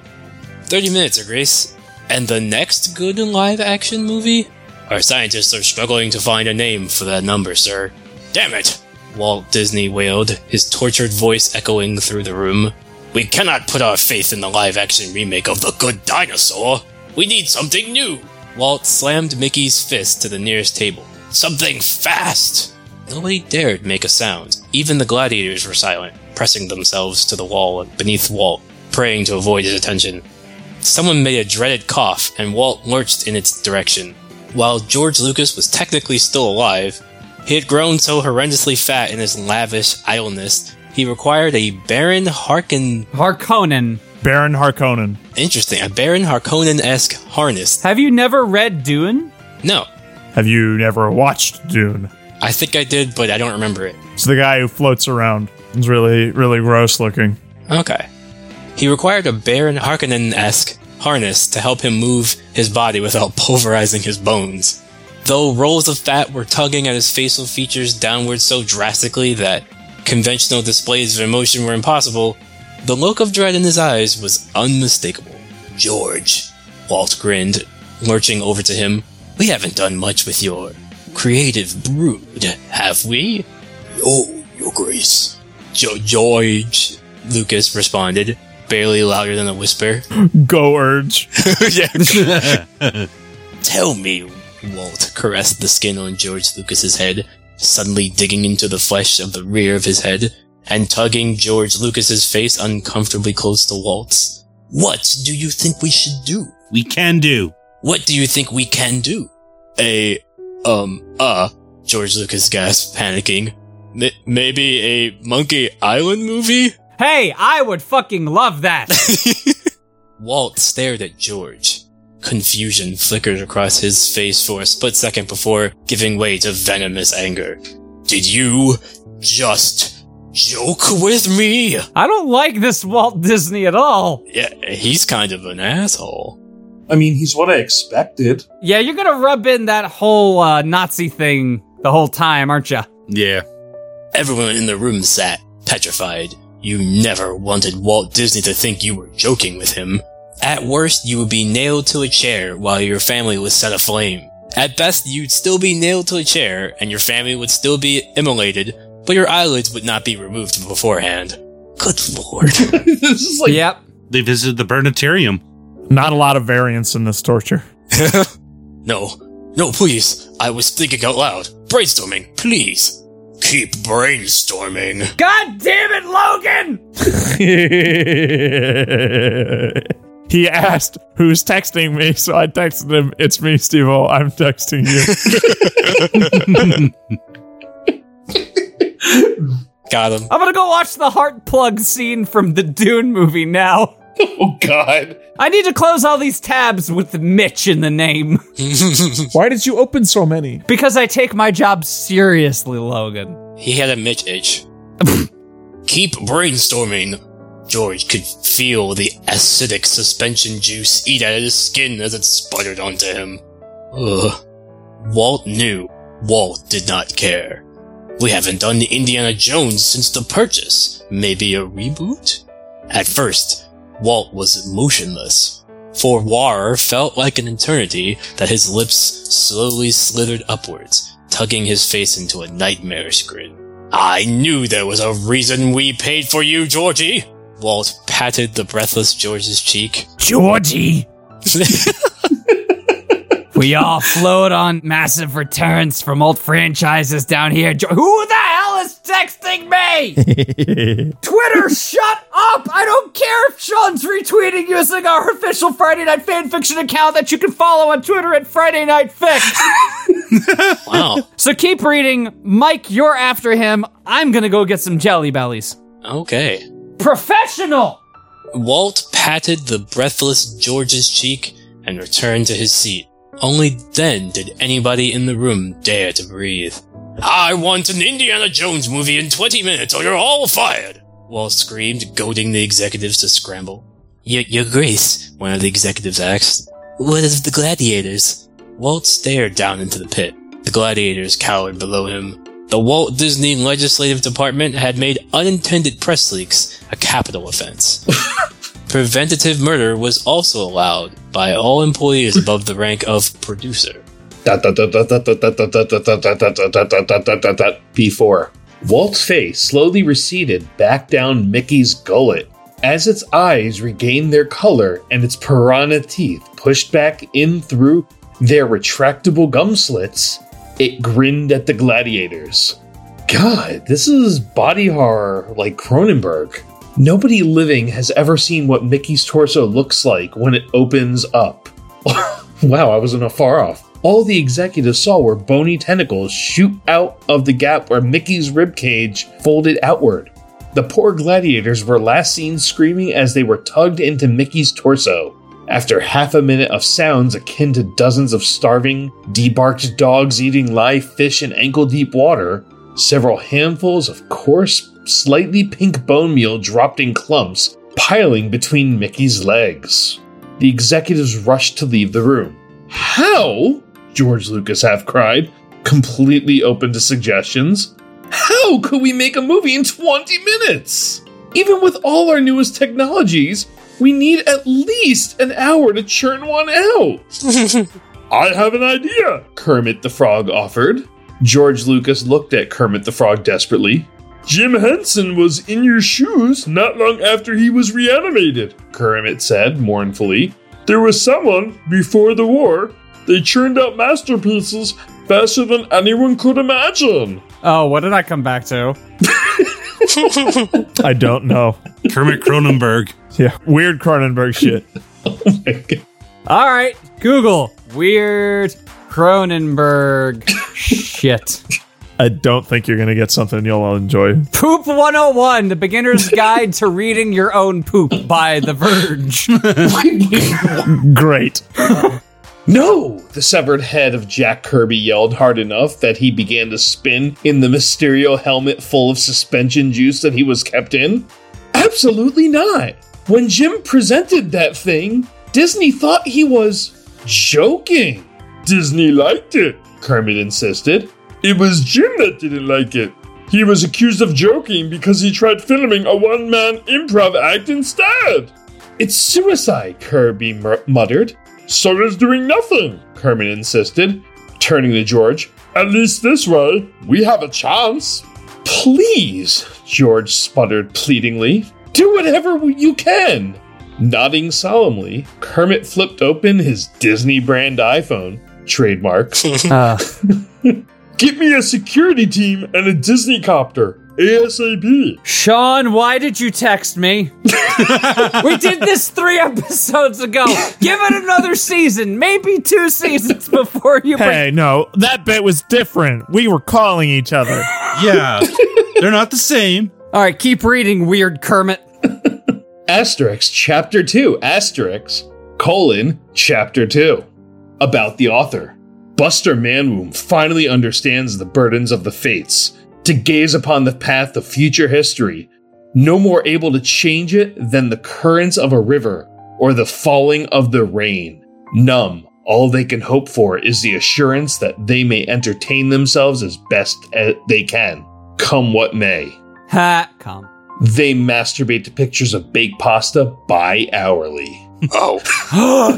[SPEAKER 18] 30 minutes, or Grace. And the next good live action movie? Our scientists are struggling to find a name for that number, sir. Damn it! Walt Disney wailed, his tortured voice echoing through the room. We cannot put our faith in the live action remake of The Good Dinosaur. We need something new. Walt slammed Mickey's fist to the nearest table. Something fast! Nobody dared make a sound. Even the gladiators were silent, pressing themselves to the wall beneath Walt, praying to avoid his attention. Someone made a dreaded cough, and Walt lurched in its direction. While George Lucas was technically still alive, he had grown so horrendously fat in his lavish idleness, he required a Baron Harkin.
[SPEAKER 4] Harkonnen.
[SPEAKER 5] Baron Harkonnen.
[SPEAKER 18] Interesting, a Baron Harkonnen esque harness.
[SPEAKER 4] Have you never read Dune?
[SPEAKER 18] No,
[SPEAKER 5] Have you never watched Dune?
[SPEAKER 18] I think I did, but I don't remember it.
[SPEAKER 5] It's the guy who floats around. He's really, really gross looking.
[SPEAKER 18] Okay. He required a Baron Harkonnen esque harness to help him move his body without pulverizing his bones. Though rolls of fat were tugging at his facial features downward so drastically that conventional displays of emotion were impossible, the look of dread in his eyes was unmistakable. George, Walt grinned, lurching over to him. We haven't done much with your creative brood, have we? Oh, Your Grace. Jo- George, Lucas responded, barely louder than a whisper.
[SPEAKER 5] Go urge.
[SPEAKER 18] yeah. Tell me, Walt caressed the skin on George Lucas's head, suddenly digging into the flesh of the rear of his head and tugging George Lucas's face uncomfortably close to Walt's. What do you think we should do?
[SPEAKER 12] We can do.
[SPEAKER 18] What do you think we can do? A, um, uh, George Lucas gasped, panicking. M- maybe a Monkey Island movie?
[SPEAKER 4] Hey, I would fucking love that.
[SPEAKER 18] Walt stared at George. Confusion flickered across his face for a split second before giving way to venomous anger. Did you just joke with me?
[SPEAKER 4] I don't like this Walt Disney at all.
[SPEAKER 18] Yeah, he's kind of an asshole.
[SPEAKER 19] I mean, he's what I expected.
[SPEAKER 4] Yeah, you're gonna rub in that whole uh, Nazi thing the whole time, aren't you?
[SPEAKER 12] Yeah.
[SPEAKER 18] Everyone in the room sat, petrified. You never wanted Walt Disney to think you were joking with him. At worst, you would be nailed to a chair while your family was set aflame. At best, you'd still be nailed to a chair and your family would still be immolated, but your eyelids would not be removed beforehand. Good lord.
[SPEAKER 19] this is like
[SPEAKER 4] Yep.
[SPEAKER 12] They visited the Burnitarium.
[SPEAKER 5] Not a lot of variance in this torture.
[SPEAKER 18] No. No, please. I was thinking out loud. Brainstorming, please. Keep brainstorming.
[SPEAKER 4] God damn it, Logan!
[SPEAKER 5] he asked, Who's texting me? So I texted him, It's me, Steve O. I'm texting you.
[SPEAKER 18] Got him.
[SPEAKER 4] I'm gonna go watch the heart plug scene from the Dune movie now.
[SPEAKER 19] Oh God.
[SPEAKER 4] I need to close all these tabs with Mitch in the name
[SPEAKER 5] Why did you open so many?
[SPEAKER 4] because I take my job seriously, Logan.
[SPEAKER 18] He had a Mitch itch. Keep brainstorming. George could feel the acidic suspension juice eat at his skin as it sputtered onto him. Ugh. Walt knew. Walt did not care. We haven't done Indiana Jones since the purchase. Maybe a reboot? At first, Walt was motionless. For War felt like an eternity that his lips slowly slithered upwards, tugging his face into a nightmarish grin. I knew there was a reason we paid for you, Georgie! Walt patted the breathless George's cheek.
[SPEAKER 4] Georgie! we all float on massive returns from old franchises down here. Jo- Who the hell is texting me? Twitter, shut up! I don't care if Sean's retweeting using our official Friday Night Fanfiction account that you can follow on Twitter at Friday Night Fic.
[SPEAKER 18] Wow.
[SPEAKER 4] so keep reading. Mike, you're after him. I'm gonna go get some Jelly Bellies.
[SPEAKER 18] Okay.
[SPEAKER 4] Professional!
[SPEAKER 18] Walt patted the breathless George's cheek and returned to his seat. Only then did anybody in the room dare to breathe. I want an Indiana Jones movie in 20 minutes or you're all fired! Walt screamed, goading the executives to scramble. Your, your Grace, one of the executives asked. What is the gladiators? Walt stared down into the pit. The gladiators cowered below him. The Walt Disney Legislative Department had made unintended press leaks a capital offense. Preventative murder was also allowed by all employees above the rank of producer.
[SPEAKER 5] P4. Walt's face slowly receded back down Mickey's gullet as its eyes regained their color and its piranha teeth pushed back in through their retractable gum slits. It grinned at the gladiators. God, this is body horror like Cronenberg. Nobody living has ever seen what Mickey's torso looks like when it opens up. wow, I wasn't far off. All the executives saw were bony tentacles shoot out of the gap where Mickey's ribcage folded outward. The poor gladiators were last seen screaming as they were tugged into Mickey's torso. After half a minute of sounds akin to dozens of starving, debarked dogs eating live fish in ankle deep water, several handfuls of coarse, slightly pink bone meal dropped in clumps, piling between Mickey's legs. The executives rushed to leave the room. How? George Lucas half cried, completely open to suggestions. How could we make a movie in 20 minutes? Even with all our newest technologies, we need at least an hour to churn one out. I have an idea, Kermit the Frog offered. George Lucas looked at Kermit the Frog desperately. Jim Henson was in your shoes not long after he was reanimated, Kermit said mournfully.
[SPEAKER 20] There was someone, before the war, they churned out masterpieces faster than anyone could imagine.
[SPEAKER 4] Oh, what did I come back to?
[SPEAKER 21] I don't know.
[SPEAKER 7] Kermit Cronenberg.
[SPEAKER 21] Yeah, weird Cronenberg shit.
[SPEAKER 4] All right, Google weird Cronenberg shit.
[SPEAKER 21] I don't think you're gonna get something you'll all enjoy.
[SPEAKER 4] Poop 101, the beginner's guide to reading your own poop by The Verge.
[SPEAKER 21] Great.
[SPEAKER 5] No! The severed head of Jack Kirby yelled hard enough that he began to spin in the Mysterio helmet full of suspension juice that he was kept in. Absolutely not! When Jim presented that thing, Disney thought he was joking.
[SPEAKER 20] Disney liked it,
[SPEAKER 5] Kermit insisted.
[SPEAKER 20] It was Jim that didn't like it. He was accused of joking because he tried filming a one man improv act instead.
[SPEAKER 5] It's suicide, Kirby mur- muttered.
[SPEAKER 20] So does doing nothing,
[SPEAKER 5] Kermit insisted, turning to George.
[SPEAKER 20] At least this way, we have a chance.
[SPEAKER 5] Please, George sputtered pleadingly. Do whatever you can. Nodding solemnly, Kermit flipped open his Disney brand iPhone, trademark. uh.
[SPEAKER 20] Get me a security team and a Disney copter. ASAP.
[SPEAKER 4] Sean, why did you text me? we did this three episodes ago. Give it another season, maybe two seasons before you.
[SPEAKER 21] Hey,
[SPEAKER 4] bring-
[SPEAKER 21] no, that bit was different. We were calling each other.
[SPEAKER 7] yeah, they're not the same.
[SPEAKER 4] All right, keep reading, weird Kermit.
[SPEAKER 5] Asterix Chapter 2, Asterix, colon, Chapter 2. About the author. Buster Manwomb finally understands the burdens of the fates to gaze upon the path of future history, no more able to change it than the currents of a river or the falling of the rain. Numb, all they can hope for is the assurance that they may entertain themselves as best as they can, come what may.
[SPEAKER 4] Ha, come.
[SPEAKER 5] They masturbate to pictures of baked pasta bi hourly.
[SPEAKER 4] Oh.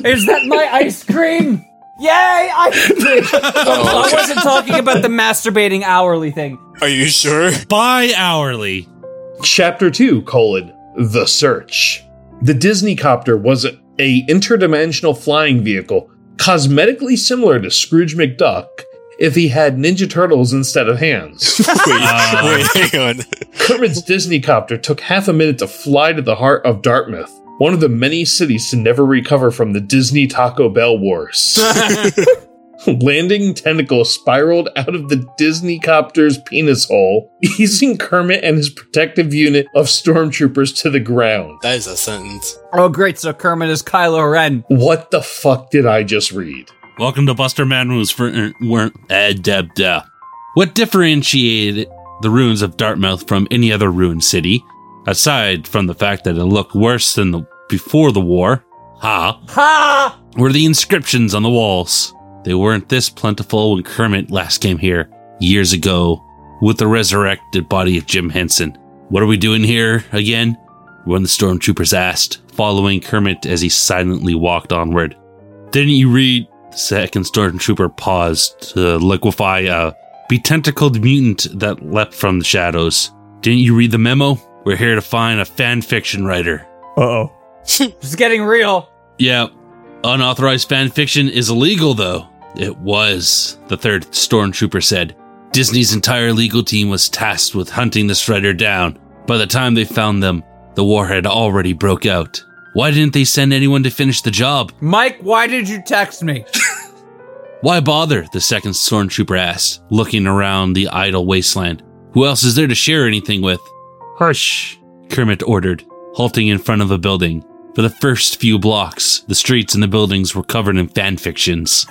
[SPEAKER 4] is that my ice cream? Yay! Ice cream! I wasn't talking about the masturbating hourly thing.
[SPEAKER 18] Are you sure?
[SPEAKER 12] By hourly.
[SPEAKER 5] Chapter 2, colon, The Search. The Disney Copter was a, a interdimensional flying vehicle, cosmetically similar to Scrooge McDuck if he had Ninja Turtles instead of hands.
[SPEAKER 18] Wait, wait, hang on.
[SPEAKER 5] Kermit's Disney Copter took half a minute to fly to the heart of Dartmouth, one of the many cities to never recover from the Disney Taco Bell Wars.
[SPEAKER 22] Landing tentacle spiraled out of the Disney copter's penis hole, easing Kermit and his protective unit of stormtroopers to the ground.
[SPEAKER 18] That is a sentence.
[SPEAKER 4] Oh, great. So Kermit is Kylo Ren.
[SPEAKER 22] What the fuck did I just read?
[SPEAKER 12] Welcome to Buster Man Ruins for er, weren't eh, duh, duh. What differentiated the ruins of Dartmouth from any other ruined city, aside from the fact that it looked worse than the before the war? Ha!
[SPEAKER 4] Ha!
[SPEAKER 12] Were the inscriptions on the walls? They weren't this plentiful when Kermit last came here years ago with the resurrected body of Jim Henson. What are we doing here again? One of the stormtroopers asked, following Kermit as he silently walked onward. Didn't you read? The second stormtrooper paused to liquefy a betentacled mutant that leapt from the shadows. Didn't you read the memo? We're here to find a fan fiction writer.
[SPEAKER 5] Uh oh.
[SPEAKER 4] it's getting real.
[SPEAKER 12] Yeah. Unauthorized fan fiction is illegal, though. It was, the third stormtrooper said. Disney's entire legal team was tasked with hunting this writer down. By the time they found them, the war had already broke out. Why didn't they send anyone to finish the job?
[SPEAKER 4] Mike, why did you text me?
[SPEAKER 12] Why bother? The second stormtrooper asked, looking around the idle wasteland. Who else is there to share anything with? Hush, Kermit ordered, halting in front of a building. For the first few blocks, the streets and the buildings were covered in fan fictions.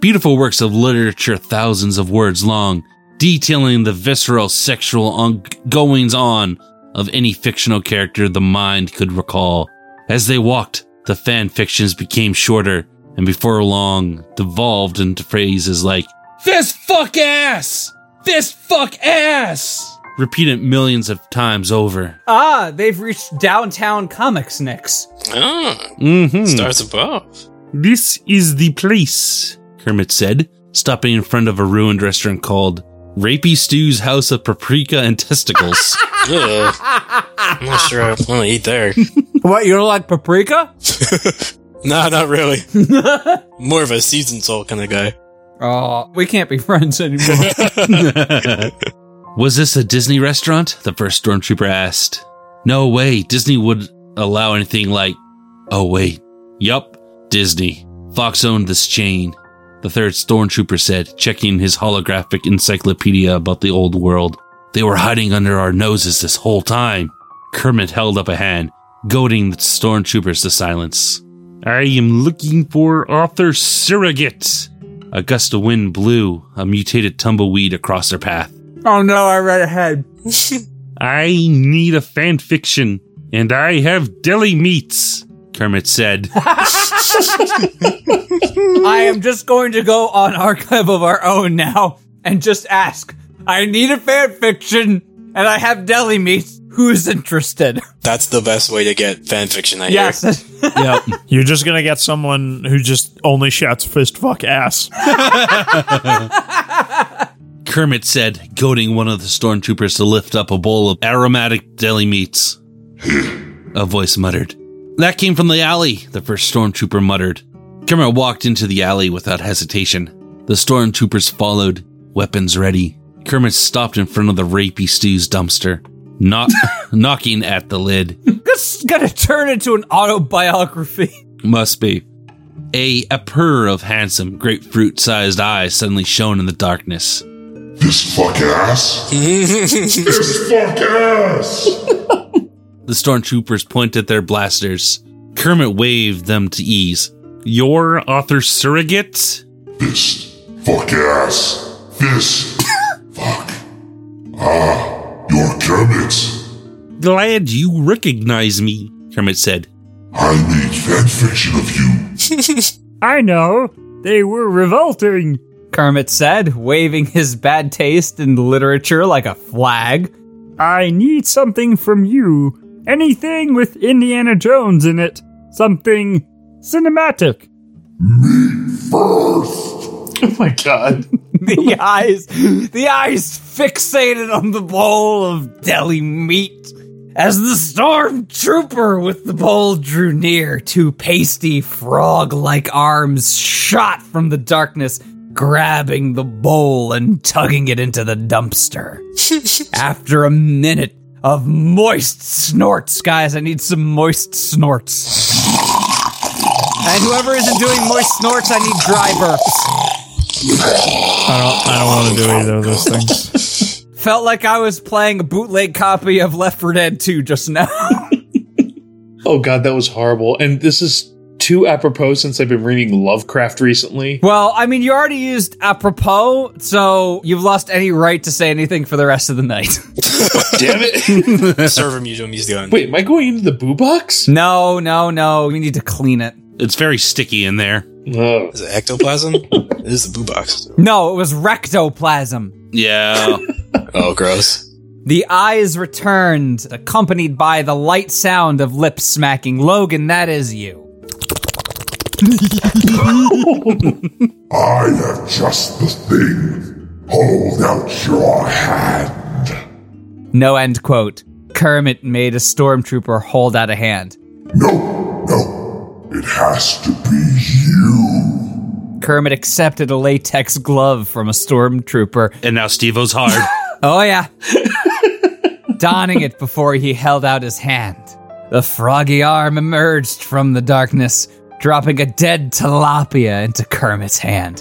[SPEAKER 12] Beautiful works of literature, thousands of words long, detailing the visceral sexual on- goings on of any fictional character the mind could recall. As they walked, the fan fictions became shorter, and before long, devolved into phrases like, This fuck ass! This fuck ass! Repeated millions of times over.
[SPEAKER 4] Ah, they've reached downtown comics next.
[SPEAKER 18] Ah,
[SPEAKER 12] Mm-hmm.
[SPEAKER 18] stars above.
[SPEAKER 12] This is the place, Kermit said, stopping in front of a ruined restaurant called Rapey Stew's House of Paprika and Testicles.
[SPEAKER 18] Ugh. I'm not sure I want to eat there.
[SPEAKER 4] what, you don't like paprika?
[SPEAKER 18] No, not really. More of a seasoned salt kind of guy.
[SPEAKER 4] Oh, we can't be friends anymore.
[SPEAKER 12] Was this a Disney restaurant? The first stormtrooper asked. No way, Disney would allow anything like. Oh, wait. Yup, Disney. Fox owned this chain. The third stormtrooper said, checking his holographic encyclopedia about the old world. They were hiding under our noses this whole time. Kermit held up a hand, goading the stormtroopers to silence. I am looking for author surrogate. A gust of wind blew a mutated tumbleweed across their path.
[SPEAKER 4] oh no, I read ahead.
[SPEAKER 12] I need a fan fiction, and I have deli meats, Kermit said.
[SPEAKER 4] I am just going to go on archive of our own now and just ask. I need a fan fiction, and I have deli meats. Who's interested?
[SPEAKER 18] That's the best way to get fanfiction, I hear.
[SPEAKER 4] Yes.
[SPEAKER 12] yep.
[SPEAKER 5] You're just gonna get someone who just only shouts fist fuck ass.
[SPEAKER 12] Kermit said, goading one of the stormtroopers to lift up a bowl of aromatic deli meats. a voice muttered. That came from the alley, the first stormtrooper muttered. Kermit walked into the alley without hesitation. The stormtroopers followed, weapons ready. Kermit stopped in front of the rapey stew's dumpster, knock- knocking at the lid.
[SPEAKER 4] this is gonna turn into an autobiography.
[SPEAKER 12] Must be. A, a purr of handsome, grapefruit sized eyes suddenly shone in the darkness.
[SPEAKER 11] This fuck ass. this fuck ass.
[SPEAKER 12] The stormtroopers pointed their blasters. Kermit waved them to ease. Your author surrogate?
[SPEAKER 11] Fuck ass. This fuck. Ah, you're Kermit.
[SPEAKER 12] Glad you recognize me, Kermit said.
[SPEAKER 11] I need fan fiction of you.
[SPEAKER 23] I know. They were revolting.
[SPEAKER 4] Kermit said, waving his bad taste in literature like a flag.
[SPEAKER 23] I need something from you. Anything with Indiana Jones in it. Something cinematic.
[SPEAKER 22] Oh my god.
[SPEAKER 4] The eyes, the eyes fixated on the bowl of deli meat. As the stormtrooper with the bowl drew near, two pasty frog like arms shot from the darkness, grabbing the bowl and tugging it into the dumpster. After a minute of moist snorts, guys, I need some moist snorts. And whoever isn't doing moist snorts, I need dry burps.
[SPEAKER 5] I don't. I don't want to do either of those things.
[SPEAKER 4] Felt like I was playing a bootleg copy of Left 4 Dead 2 just now.
[SPEAKER 22] Oh god, that was horrible. And this is too apropos since I've been reading Lovecraft recently.
[SPEAKER 4] well, I mean, you already used apropos, so you've lost any right to say anything for the rest of the night.
[SPEAKER 18] Damn it! Serve him, you don't use the gun.
[SPEAKER 22] Wait, am I going into the boo box?
[SPEAKER 4] No, no, no. We need to clean it.
[SPEAKER 12] It's very sticky in there.
[SPEAKER 18] Is it ectoplasm? it is the boo box.
[SPEAKER 4] No, it was rectoplasm.
[SPEAKER 12] Yeah.
[SPEAKER 18] oh, gross.
[SPEAKER 4] The eyes returned, accompanied by the light sound of lips smacking. Logan, that is you.
[SPEAKER 11] I have just the thing. Hold out your hand.
[SPEAKER 4] No end quote. Kermit made a stormtrooper hold out a hand.
[SPEAKER 11] It has to be.
[SPEAKER 4] Kermit accepted a latex glove from a stormtrooper.
[SPEAKER 12] And now Steve-O's hard.
[SPEAKER 4] oh, yeah. Donning it before he held out his hand. The froggy arm emerged from the darkness, dropping a dead tilapia into Kermit's hand.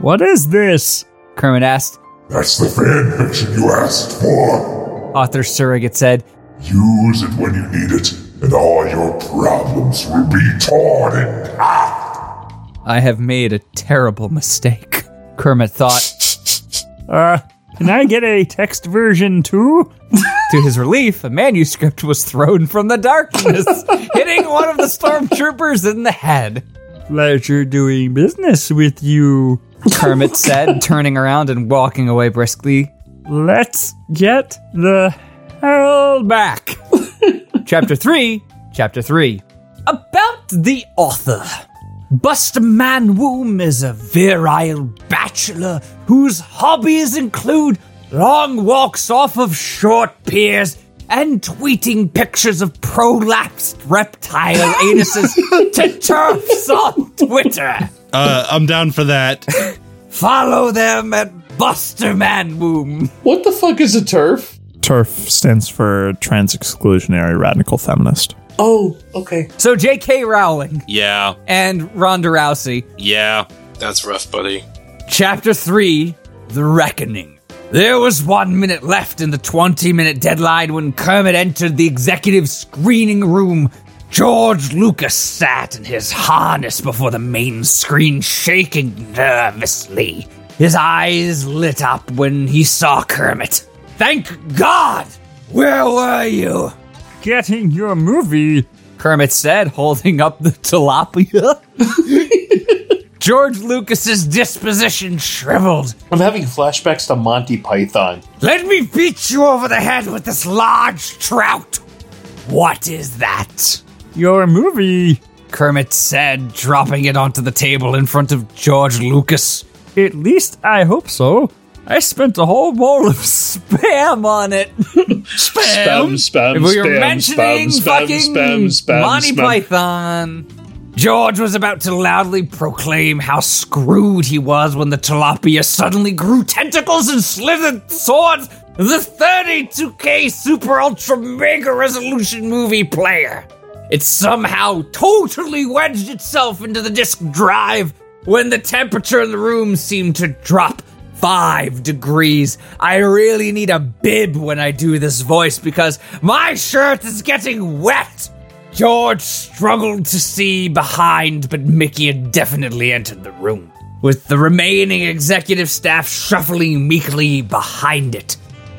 [SPEAKER 4] What is this? Kermit asked.
[SPEAKER 11] That's the fan fiction you asked for.
[SPEAKER 4] Author Surrogate said,
[SPEAKER 11] Use it when you need it, and all your problems will be torn in half.
[SPEAKER 4] I have made a terrible mistake. Kermit thought.
[SPEAKER 23] Uh, can I get a text version too?
[SPEAKER 4] to his relief, a manuscript was thrown from the darkness, hitting one of the stormtroopers in the head.
[SPEAKER 23] Pleasure doing business with you,
[SPEAKER 4] Kermit said, turning around and walking away briskly.
[SPEAKER 23] Let's get the hell back.
[SPEAKER 4] Chapter 3, Chapter 3. About the author. Buster Manwoom is a virile bachelor whose hobbies include long walks off of short piers and tweeting pictures of prolapsed reptile anuses to turfs on Twitter.
[SPEAKER 12] Uh, I'm down for that.
[SPEAKER 4] Follow them at Buster Manwoom.
[SPEAKER 22] What the fuck is a turf?
[SPEAKER 5] TERF stands for Trans Exclusionary Radical Feminist.
[SPEAKER 22] Oh, okay.
[SPEAKER 4] So J.K. Rowling
[SPEAKER 12] Yeah.
[SPEAKER 4] and Ronda Rousey
[SPEAKER 12] Yeah.
[SPEAKER 18] That's rough, buddy.
[SPEAKER 4] Chapter 3 The Reckoning. There was one minute left in the 20 minute deadline when Kermit entered the executive screening room. George Lucas sat in his harness before the main screen, shaking nervously. His eyes lit up when he saw Kermit. Thank God! Where were you?
[SPEAKER 23] Getting your movie.
[SPEAKER 4] Kermit said, holding up the tilapia. George Lucas's disposition shriveled.
[SPEAKER 22] I'm having flashbacks to Monty Python.
[SPEAKER 4] Let me beat you over the head with this large trout. What is that?
[SPEAKER 23] Your movie.
[SPEAKER 4] Kermit said, dropping it onto the table in front of George Lucas.
[SPEAKER 23] At least I hope so. I spent a whole bowl of spam on it.
[SPEAKER 22] Spam, spam,
[SPEAKER 4] If we were
[SPEAKER 22] spam,
[SPEAKER 4] mentioning
[SPEAKER 22] spam, spam,
[SPEAKER 4] fucking
[SPEAKER 22] spam, spam,
[SPEAKER 4] Monty
[SPEAKER 22] spam.
[SPEAKER 4] Python. George was about to loudly proclaim how screwed he was when the tilapia suddenly grew tentacles and slithered swords. The 32K Super Ultra Mega Resolution movie player. It somehow totally wedged itself into the disk drive when the temperature in the room seemed to drop five degrees. I really need a bib when I do this voice because my shirt is getting wet. George struggled to see behind, but Mickey had definitely entered the room, with the remaining executive staff shuffling meekly behind it.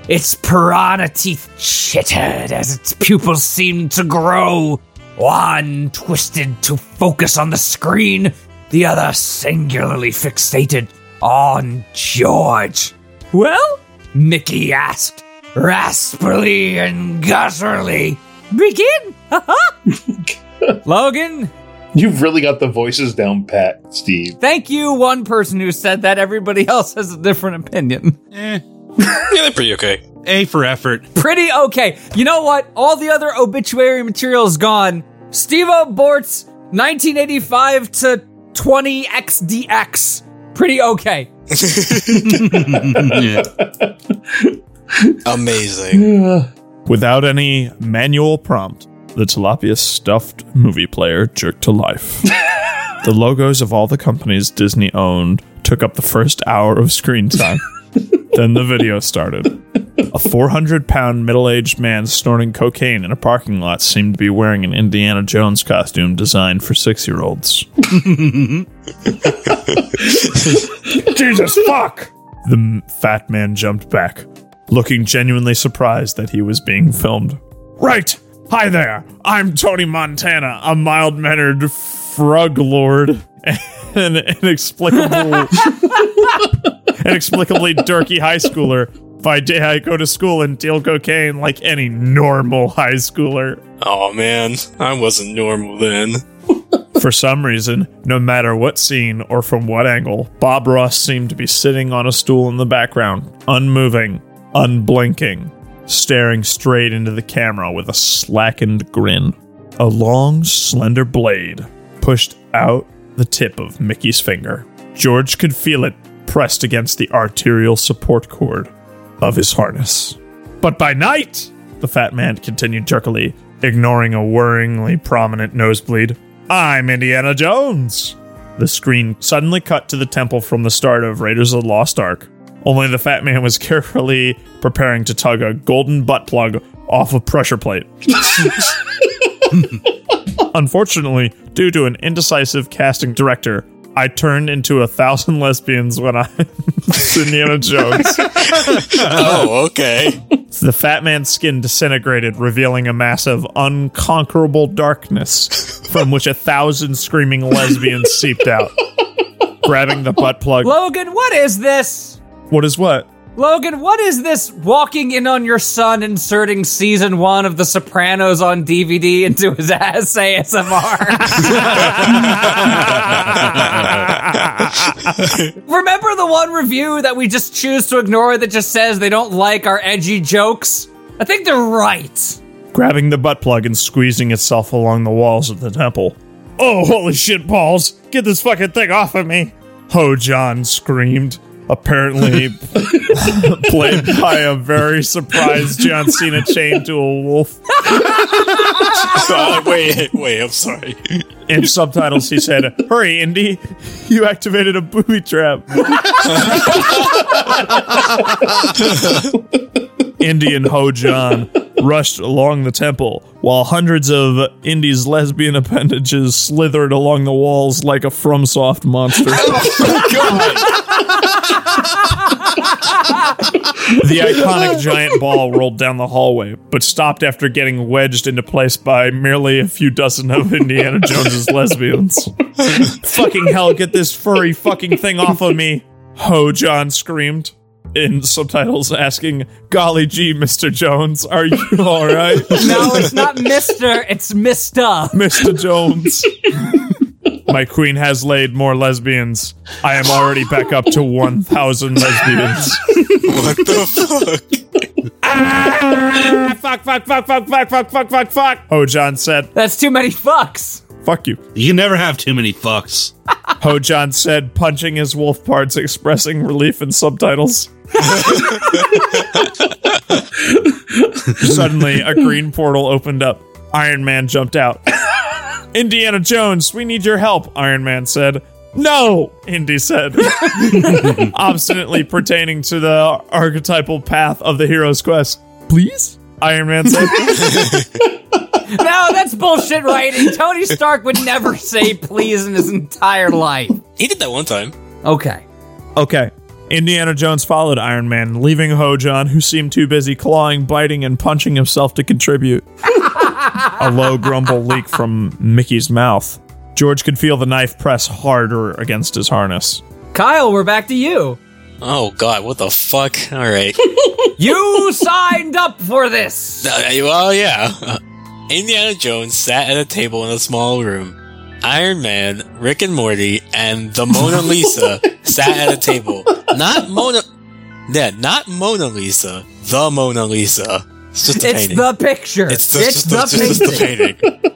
[SPEAKER 4] Its piranha teeth chittered as its pupils seemed to grow. One twisted to focus on the screen, the other singularly fixated on George. Well? Mickey asked, raspily and gutturally. Begin! "Uh-huh." Logan,
[SPEAKER 22] You've really got the voices down pat, Steve.
[SPEAKER 4] thank you, one person who said that. Everybody else has a different opinion.
[SPEAKER 18] Yeah, they're pretty okay.
[SPEAKER 12] Eh. A for effort.
[SPEAKER 4] Pretty okay. You know what? All the other obituary material is gone. Steve O. Bortz, 1985 to 20XDX. Pretty okay.
[SPEAKER 18] Amazing.
[SPEAKER 5] Without any manual prompt, the tilapia stuffed movie player jerked to life. The logos of all the companies Disney owned took up the first hour of screen time. then the video started. A 400 pound middle aged man snorting cocaine in a parking lot seemed to be wearing an Indiana Jones costume designed for six year olds. Jesus fuck! The m- fat man jumped back, looking genuinely surprised that he was being filmed. Right! Hi there! I'm Tony Montana, a mild mannered frog lord and an inexplicable inexplicably dorky high schooler. By day, I go to school and deal cocaine like any normal high schooler.
[SPEAKER 18] Oh man, I wasn't normal then.
[SPEAKER 5] For some reason, no matter what scene or from what angle, Bob Ross seemed to be sitting on a stool in the background, unmoving, unblinking, staring straight into the camera with a slackened grin. A long, slender blade pushed out the tip of Mickey's finger. George could feel it pressed against the arterial support cord of his harness. But by night, the fat man continued jerkily, ignoring a worryingly prominent nosebleed. I'm Indiana Jones. The screen suddenly cut to the temple from the start of Raiders of the Lost Ark. Only the fat man was carefully preparing to tug a golden butt plug off a pressure plate. Unfortunately, due to an indecisive casting director, I turned into a thousand lesbians when I Indiana Jones.
[SPEAKER 18] oh, okay.
[SPEAKER 5] The fat man's skin disintegrated, revealing a massive, unconquerable darkness from which a thousand screaming lesbians seeped out. Grabbing the butt plug.
[SPEAKER 4] Logan, what is this?
[SPEAKER 5] What is what?
[SPEAKER 4] Logan, what is this walking in on your son inserting season one of The Sopranos on DVD into his ass ASMR? Remember the one review that we just choose to ignore that just says they don't like our edgy jokes? I think they're right.
[SPEAKER 5] Grabbing the butt plug and squeezing itself along the walls of the temple. Oh, holy shit, balls! Get this fucking thing off of me! Ho John screamed, apparently played by a very surprised John Cena chained to a wolf.
[SPEAKER 18] Oh, wait, wait, I'm sorry.
[SPEAKER 5] In subtitles, he said, Hurry, Indy, you activated a booby trap. Indy and Ho John rushed along the temple, while hundreds of Indy's lesbian appendages slithered along the walls like a FromSoft monster. the iconic giant ball rolled down the hallway, but stopped after getting wedged into place by merely a few dozen of Indiana Jones's lesbians. fucking hell, get this furry fucking thing off of me! Ho John screamed. In subtitles, asking, Golly gee, Mr. Jones, are you alright?
[SPEAKER 4] No, it's not Mister, it's Mister.
[SPEAKER 5] Mr. Jones. My queen has laid more lesbians. I am already back up to 1,000 lesbians.
[SPEAKER 18] What the fuck?
[SPEAKER 5] Ah, fuck, fuck, fuck, fuck, fuck, fuck, fuck, fuck, fuck. Ho John said,
[SPEAKER 4] That's too many fucks.
[SPEAKER 5] Fuck you.
[SPEAKER 12] You never have too many fucks.
[SPEAKER 5] Ho John said, punching his wolf parts, expressing relief in subtitles. Suddenly, a green portal opened up. Iron Man jumped out. Indiana Jones, we need your help, Iron Man said. No, Indy said, obstinately pertaining to the archetypal path of the hero's quest. Please? Iron Man said.
[SPEAKER 4] No, that's bullshit writing. Tony Stark would never say please in his entire life.
[SPEAKER 18] He did that one time.
[SPEAKER 4] Okay.
[SPEAKER 5] Okay. Indiana Jones followed Iron Man, leaving Ho-John, who seemed too busy clawing, biting, and punching himself to contribute. a low grumble leaked from Mickey's mouth. George could feel the knife press harder against his harness.
[SPEAKER 4] Kyle, we're back to you.
[SPEAKER 18] Oh god, what the fuck? All right.
[SPEAKER 4] You signed up for this.
[SPEAKER 18] Uh, well, yeah. Indiana Jones sat at a table in a small room. Iron Man, Rick and Morty, and the Mona Lisa sat at a table. Not Mona. Yeah, not Mona Lisa. The Mona Lisa. It's just a
[SPEAKER 4] It's
[SPEAKER 18] painting.
[SPEAKER 4] the picture.
[SPEAKER 18] It's the, just, the, just the painting.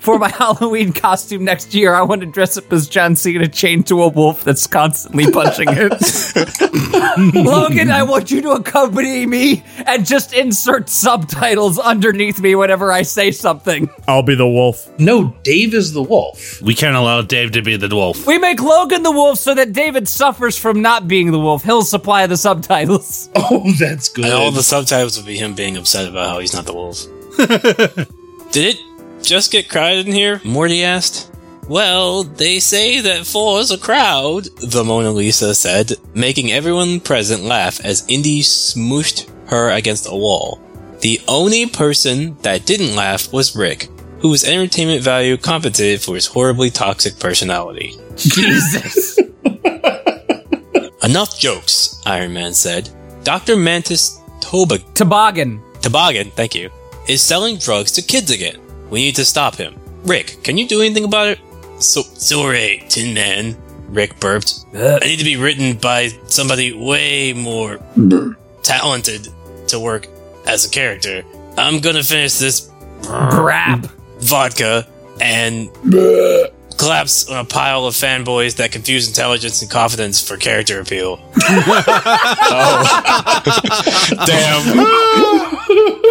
[SPEAKER 4] for my Halloween costume next year, I want to dress up as John Cena chained to a wolf that's constantly punching it. Logan, I want you to accompany me and just insert subtitles underneath me whenever I say something.
[SPEAKER 5] I'll be the wolf.
[SPEAKER 22] No, Dave is the wolf.
[SPEAKER 12] We can't allow Dave to be the wolf.
[SPEAKER 4] We make Logan the wolf so that David suffers from not being the wolf. He'll supply the subtitles.
[SPEAKER 22] Oh, that's good.
[SPEAKER 18] And all the subtitles would be him being upset about how he's not the wolf. Did it just get crowded in here? Morty asked. Well, they say that four is a crowd, the Mona Lisa said, making everyone present laugh as Indy smooshed her against a wall. The only person that didn't laugh was Rick, whose entertainment value compensated for his horribly toxic personality.
[SPEAKER 4] Jesus.
[SPEAKER 18] Enough jokes, Iron Man said. Dr. Mantis Tobag-
[SPEAKER 4] Toboggan.
[SPEAKER 18] Toboggan, thank you, is selling drugs to kids again. We need to stop him. Rick, can you do anything about it? So, sorry, Tin Man, Rick burped. I need to be written by somebody way more talented to work as a character. I'm gonna finish this Uh,
[SPEAKER 4] Brap.
[SPEAKER 18] mm. vodka and collapse on a pile of fanboys that confuse intelligence and confidence for character appeal.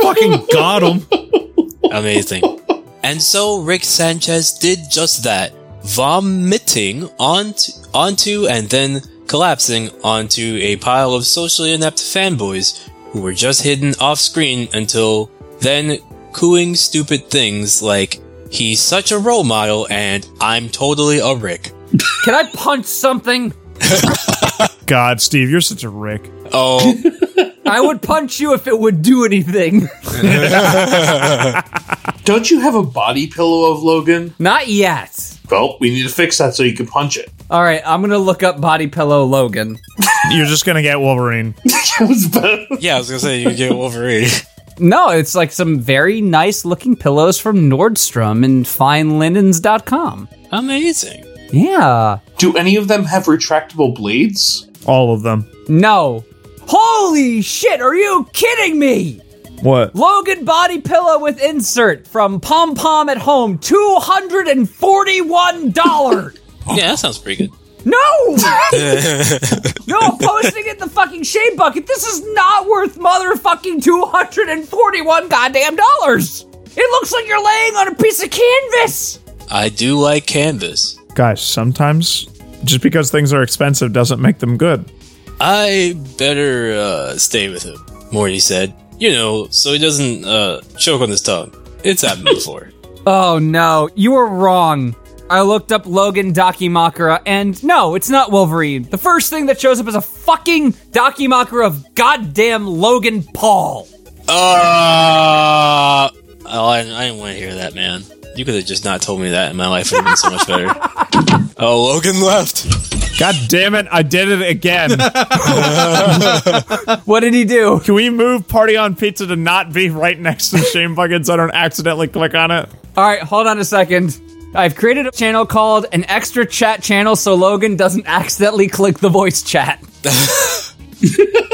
[SPEAKER 2] Fucking got him.
[SPEAKER 18] Amazing. And so Rick Sanchez did just that, vomiting onto, onto and then collapsing onto a pile of socially inept fanboys who were just hidden off screen until then cooing stupid things like, he's such a role model and I'm totally a Rick.
[SPEAKER 4] Can I punch something?
[SPEAKER 5] God, Steve, you're such a Rick.
[SPEAKER 18] Oh,
[SPEAKER 4] I would punch you if it would do anything.
[SPEAKER 19] Don't you have a body pillow of Logan?
[SPEAKER 4] Not yet.
[SPEAKER 19] Well, we need to fix that so you can punch it.
[SPEAKER 4] All right, I'm gonna look up body pillow Logan.
[SPEAKER 5] You're just gonna get Wolverine.
[SPEAKER 18] yeah, I was gonna say you get Wolverine.
[SPEAKER 4] No, it's like some very nice looking pillows from Nordstrom and FineLinens.com.
[SPEAKER 18] Amazing.
[SPEAKER 4] Yeah.
[SPEAKER 19] Do any of them have retractable blades?
[SPEAKER 5] All of them.
[SPEAKER 4] No. Holy shit, are you kidding me?
[SPEAKER 5] What?
[SPEAKER 4] Logan body pillow with insert from Pom Pom at Home, $241.
[SPEAKER 18] Yeah, that sounds pretty good.
[SPEAKER 4] no! No, I'm posting it in the fucking shade bucket. This is not worth motherfucking 241 goddamn dollars. It looks like you're laying on a piece of canvas.
[SPEAKER 18] I do like canvas.
[SPEAKER 5] Guys, sometimes just because things are expensive doesn't make them good.
[SPEAKER 18] I better uh, stay with him, Morty said. You know, so he doesn't uh, choke on his tongue. It's happened before.
[SPEAKER 4] Oh no, you were wrong. I looked up Logan Dakimakura, and no, it's not Wolverine. The first thing that shows up is a fucking Dakimakura of goddamn Logan Paul.
[SPEAKER 18] Uh, oh, I, I didn't want to hear that, man. You could have just not told me that, and my life would have been so much better. oh, Logan left.
[SPEAKER 5] God damn it, I did it again.
[SPEAKER 4] What did he do?
[SPEAKER 5] Can we move Party on Pizza to not be right next to Shame Bucket so I don't accidentally click on it?
[SPEAKER 4] All right, hold on a second. I've created a channel called an extra chat channel so Logan doesn't accidentally click the voice chat.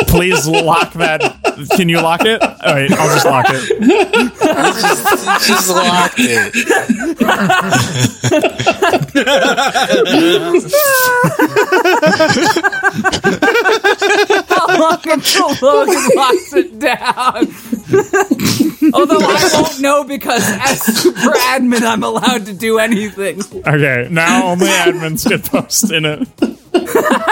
[SPEAKER 5] Please lock that. Can you lock it? All right, I'll just lock it.
[SPEAKER 18] She's locked it.
[SPEAKER 4] How long until Logan locks it down? Although I won't know because as super admin, I'm allowed to do anything.
[SPEAKER 5] Okay, now only admins get post in it.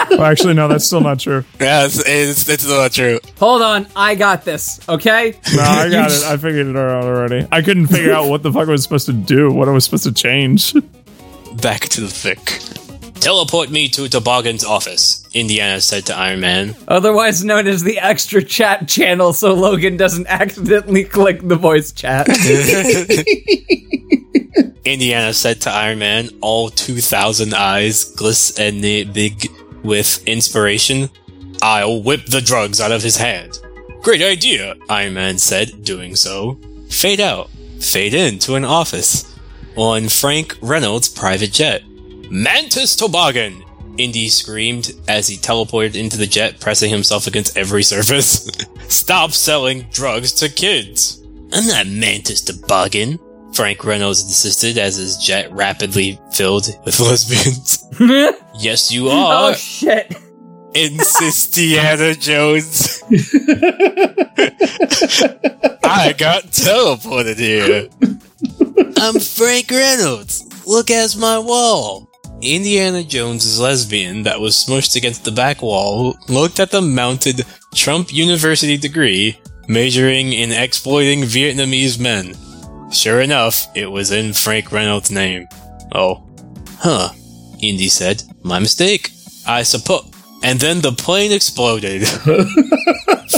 [SPEAKER 5] Well, actually, no, that's still not true.
[SPEAKER 18] Yeah, it's, it's, it's not true.
[SPEAKER 4] Hold on, I got this, okay?
[SPEAKER 5] No, Oh, I got it. I figured it out already. I couldn't figure out what the fuck I was supposed to do, what I was supposed to change.
[SPEAKER 18] Back to the thick. Teleport me to Toboggan's office, Indiana said to Iron Man.
[SPEAKER 4] Otherwise known as the extra chat channel so Logan doesn't accidentally click the voice chat.
[SPEAKER 18] Indiana said to Iron Man, all 2,000 eyes glistening with inspiration. I'll whip the drugs out of his hand. Great idea, Iron Man said, doing so. Fade out. Fade in to an office. On Frank Reynolds' private jet. Mantis Toboggan! Indy screamed as he teleported into the jet, pressing himself against every surface. Stop selling drugs to kids! I'm not Mantis Toboggan, Frank Reynolds insisted as his jet rapidly filled with lesbians. yes, you are.
[SPEAKER 4] Oh shit!
[SPEAKER 18] Insistiana Jones. I got teleported here. I'm Frank Reynolds. Look at my wall. Indiana Jones' lesbian that was smushed against the back wall looked at the mounted Trump University degree majoring in exploiting Vietnamese men. Sure enough, it was in Frank Reynolds' name. Oh. Huh. Indy said. My mistake. I suppose. And then the plane exploded.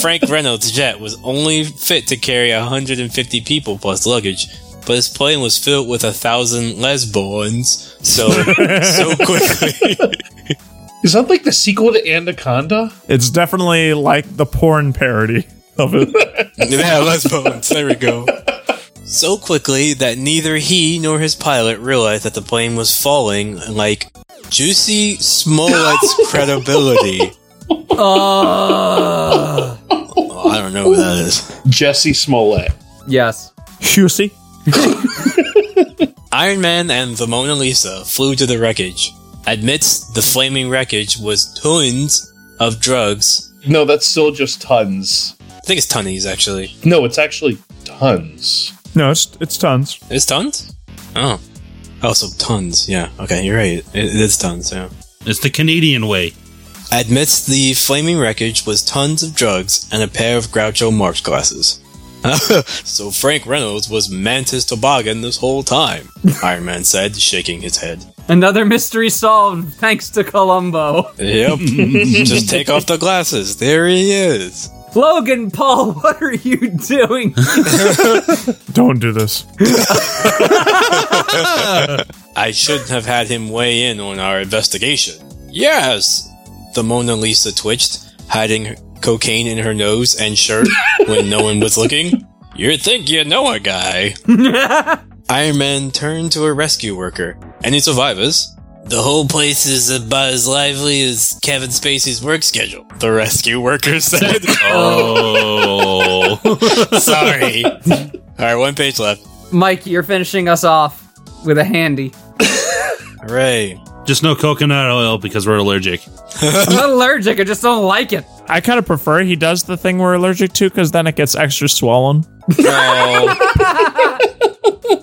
[SPEAKER 18] Frank Reynolds' jet was only fit to carry 150 people plus luggage, but his plane was filled with a thousand lesbians. So, so quickly.
[SPEAKER 22] Is that like the sequel to Anaconda?
[SPEAKER 5] It's definitely like the porn parody of it.
[SPEAKER 18] yeah, lesbians. There we go. So quickly that neither he nor his pilot realized that the plane was falling like Juicy Smollett's credibility.
[SPEAKER 4] Uh,
[SPEAKER 18] Oh, I don't know who that is.
[SPEAKER 22] Jesse Smollett.
[SPEAKER 4] Yes.
[SPEAKER 5] Juicy.
[SPEAKER 18] Iron Man and the Mona Lisa flew to the wreckage. Amidst the flaming wreckage was tons of drugs.
[SPEAKER 22] No, that's still just tons.
[SPEAKER 18] I think it's tonnies, actually.
[SPEAKER 22] No, it's actually tons.
[SPEAKER 5] No, it's it's tons.
[SPEAKER 18] It's tons? Oh. Oh, so tons. Yeah. Okay, you're right. It, it is tons, yeah.
[SPEAKER 12] It's the Canadian way.
[SPEAKER 18] Amidst the flaming wreckage was tons of drugs and a pair of Groucho Marx glasses. so Frank Reynolds was Mantis Toboggan this whole time, Iron Man said, shaking his head.
[SPEAKER 4] Another mystery solved thanks to Columbo.
[SPEAKER 18] Yep. Just take off the glasses. There he is.
[SPEAKER 4] Logan Paul, what are you doing?
[SPEAKER 5] Don't do this.
[SPEAKER 18] I shouldn't have had him weigh in on our investigation. Yes! The Mona Lisa twitched, hiding her- cocaine in her nose and shirt when no one was looking. You think you know a guy. Iron Man turned to a rescue worker. Any survivors? The whole place is about as lively as Kevin Spacey's work schedule, the rescue worker said.
[SPEAKER 12] oh.
[SPEAKER 18] Sorry. Alright, one page left.
[SPEAKER 4] Mike, you're finishing us off with a handy.
[SPEAKER 18] Hooray.
[SPEAKER 12] Just no coconut oil because we're allergic.
[SPEAKER 4] I'm not allergic, I just don't like it.
[SPEAKER 5] I kind of prefer he does the thing we're allergic to because then it gets extra swollen.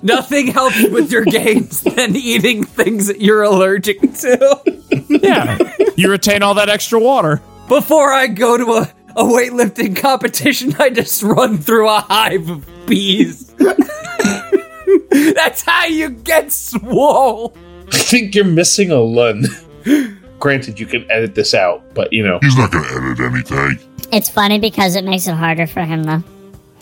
[SPEAKER 4] Nothing helps with your gains than eating things that you're allergic to.
[SPEAKER 5] Yeah. you retain all that extra water.
[SPEAKER 4] Before I go to a, a weightlifting competition, I just run through a hive of bees. That's how you get swole.
[SPEAKER 22] I think you're missing a lun. Granted, you can edit this out, but you know.
[SPEAKER 11] He's not gonna edit anything.
[SPEAKER 24] It's funny because it makes it harder for him, though.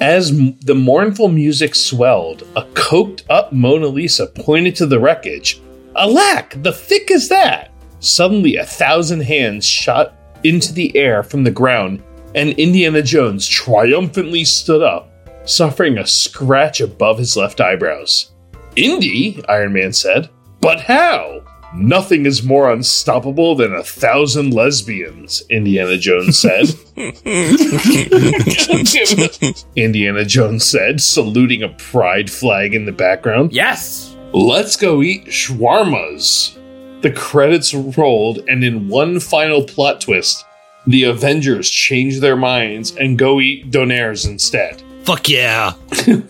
[SPEAKER 22] As m- the mournful music swelled, a coked up Mona Lisa pointed to the wreckage. Alack, the thick is that! Suddenly, a thousand hands shot into the air from the ground, and Indiana Jones triumphantly stood up, suffering a scratch above his left eyebrows. Indy, Iron Man said, but how? Nothing is more unstoppable than a thousand lesbians, Indiana Jones said. Indiana Jones said, saluting a pride flag in the background.
[SPEAKER 4] Yes!
[SPEAKER 22] Let's go eat shawarmas. The credits rolled, and in one final plot twist, the Avengers change their minds and go eat donaires instead.
[SPEAKER 12] Fuck yeah.
[SPEAKER 22] The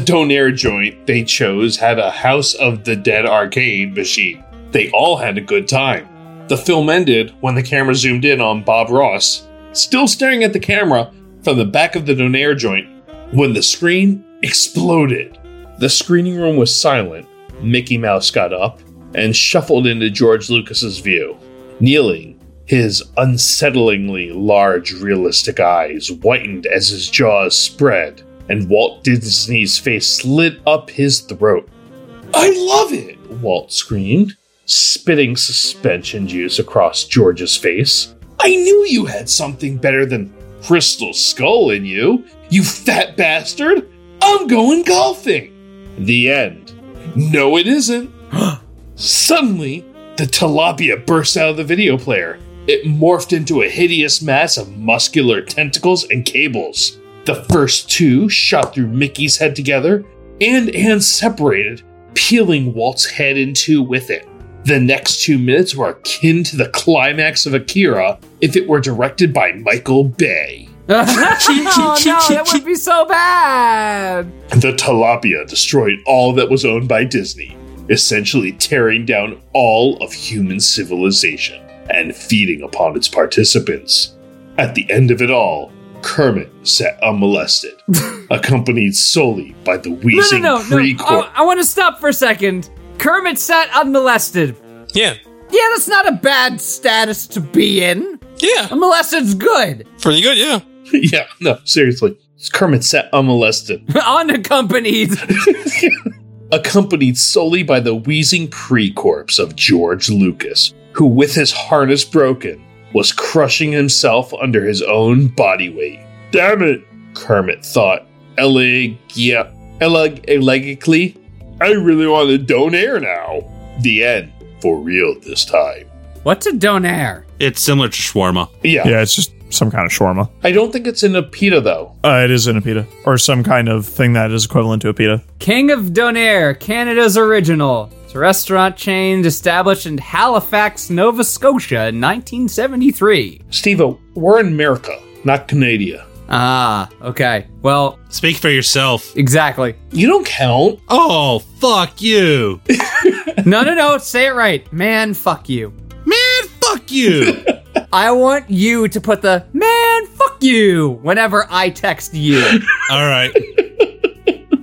[SPEAKER 22] donaire joint they chose had a House of the Dead arcade machine. They all had a good time. The film ended when the camera zoomed in on Bob Ross, still staring at the camera from the back of the donaire joint, when the screen exploded. The screening room was silent. Mickey Mouse got up and shuffled into George Lucas's view, kneeling. His unsettlingly large, realistic eyes whitened as his jaws spread, and Walt Disney's face slid up his throat. I love it! Walt screamed, spitting suspension juice across George's face. I knew you had something better than Crystal Skull in you, you fat bastard! I'm going golfing! The end. No, it isn't. Suddenly, the tilapia burst out of the video player. It morphed into a hideous mass of muscular tentacles and cables. The first two shot through Mickey's head together, and hands separated, peeling Walt's head in two with it. The next two minutes were akin to the climax of Akira if it were directed by Michael Bay.
[SPEAKER 4] oh no, that would be so bad.
[SPEAKER 22] The tilapia destroyed all that was owned by Disney, essentially tearing down all of human civilization and feeding upon its participants. At the end of it all, Kermit sat unmolested, accompanied solely by the wheezing
[SPEAKER 4] no, no, Oh, no,
[SPEAKER 22] Kree
[SPEAKER 4] no.
[SPEAKER 22] corpse.
[SPEAKER 4] I, I want to stop for a second. Kermit sat unmolested.
[SPEAKER 18] Yeah.
[SPEAKER 4] Yeah, that's not a bad status to be in.
[SPEAKER 18] Yeah.
[SPEAKER 4] Unmolested's good.
[SPEAKER 18] Pretty good, yeah.
[SPEAKER 4] oh.
[SPEAKER 22] yeah, no, seriously. Kermit sat unmolested,
[SPEAKER 4] Unaccompanied.
[SPEAKER 22] accompanied solely by the wheezing pre corpse of George Lucas, who, with his harness broken, was crushing himself under his own body weight. Damn it, Kermit thought, eleg- yeah, eleg- elegically. I really want to donair now. The end, for real this time.
[SPEAKER 4] What's a donair?
[SPEAKER 12] It's similar to shawarma.
[SPEAKER 22] Yeah.
[SPEAKER 5] Yeah, it's just some kind of shawarma.
[SPEAKER 22] I don't think it's in a pita, though.
[SPEAKER 5] Uh, it is in a pita, or some kind of thing that is equivalent to a pita.
[SPEAKER 4] King of Donair, Canada's original. It's a restaurant chain established in Halifax, Nova Scotia in 1973.
[SPEAKER 22] Steve, we're in America, not Canada.
[SPEAKER 4] Ah, okay. Well,
[SPEAKER 12] speak for yourself.
[SPEAKER 4] Exactly.
[SPEAKER 22] You don't count.
[SPEAKER 12] Oh, fuck you.
[SPEAKER 4] no, no, no. Say it right. Man, fuck you.
[SPEAKER 12] Man, fuck you.
[SPEAKER 4] I want you to put the man, fuck you whenever I text you.
[SPEAKER 12] All right.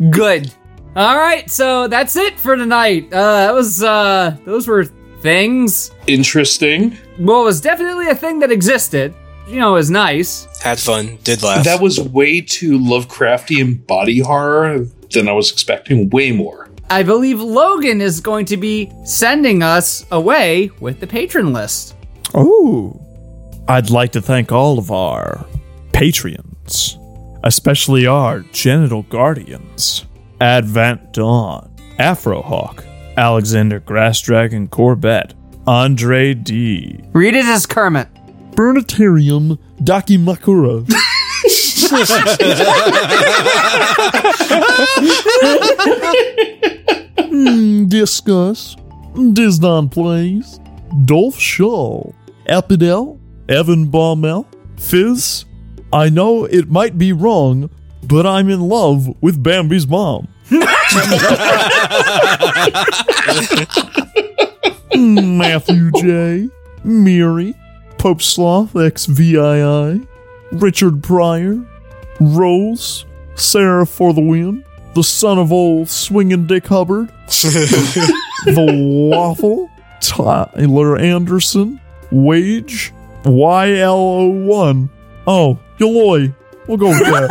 [SPEAKER 4] Good. All right. So that's it for tonight. Uh, that was, uh, those were things.
[SPEAKER 22] Interesting.
[SPEAKER 4] Well, it was definitely a thing that existed. You know, it was nice.
[SPEAKER 18] Had fun. Did laugh.
[SPEAKER 22] That was way too Lovecraftian body horror than I was expecting. Way more.
[SPEAKER 4] I believe Logan is going to be sending us away with the patron list.
[SPEAKER 5] Oh, I'd like to thank all of our Patreons, especially our genital guardians Advent Dawn, Afrohawk, Alexander Grassdragon Corbett, Andre D.
[SPEAKER 4] Read it as Kermit.
[SPEAKER 5] Burnitarium Dakimakura.
[SPEAKER 25] Mm, discuss. Disnon plays. Dolph Shaw. Epidel. Evan Baumel. Fizz. I know it might be wrong, but I'm in love with Bambi's mom. Hmm, Matthew J. Miri. Pope Sloth XVII. Richard Pryor. Rose. Sarah for the win. The son of old swinging Dick Hubbard. the Waffle, Tyler Anderson, Wage, YLO1. Oh, Yoloy. We'll go with that.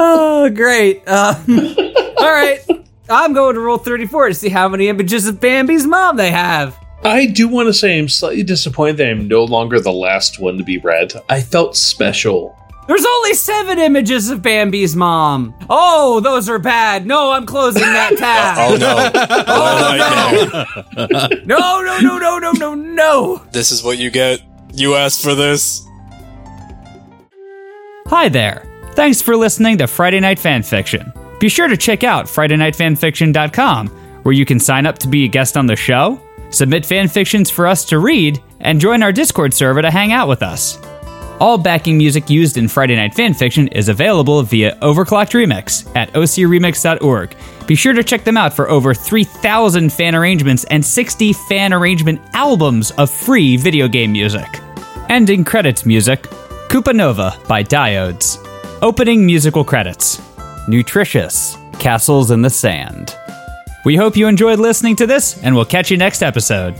[SPEAKER 4] oh, great. Uh, all right. I'm going to roll 34 to see how many images of Bambi's mom they have.
[SPEAKER 22] I do want to say I'm slightly disappointed that I'm no longer the last one to be read. I felt special.
[SPEAKER 4] There's only seven images of Bambi's mom. Oh, those are bad. No, I'm closing that tab.
[SPEAKER 18] Oh no. Oh,
[SPEAKER 4] no, no, no, no, no, no, no.
[SPEAKER 18] This is what you get. You asked for this.
[SPEAKER 1] Hi there. Thanks for listening to Friday Night Fanfiction. Be sure to check out FridayNightFanfiction.com, where you can sign up to be a guest on the show, submit fanfictions for us to read, and join our Discord server to hang out with us. All backing music used in Friday Night Fanfiction is available via Overclocked Remix at ocremix.org. Be sure to check them out for over 3,000 fan arrangements and 60 fan arrangement albums of free video game music. Ending credits music Koopa Nova by Diodes. Opening musical credits Nutritious Castles in the Sand. We hope you enjoyed listening to this, and we'll catch you next episode.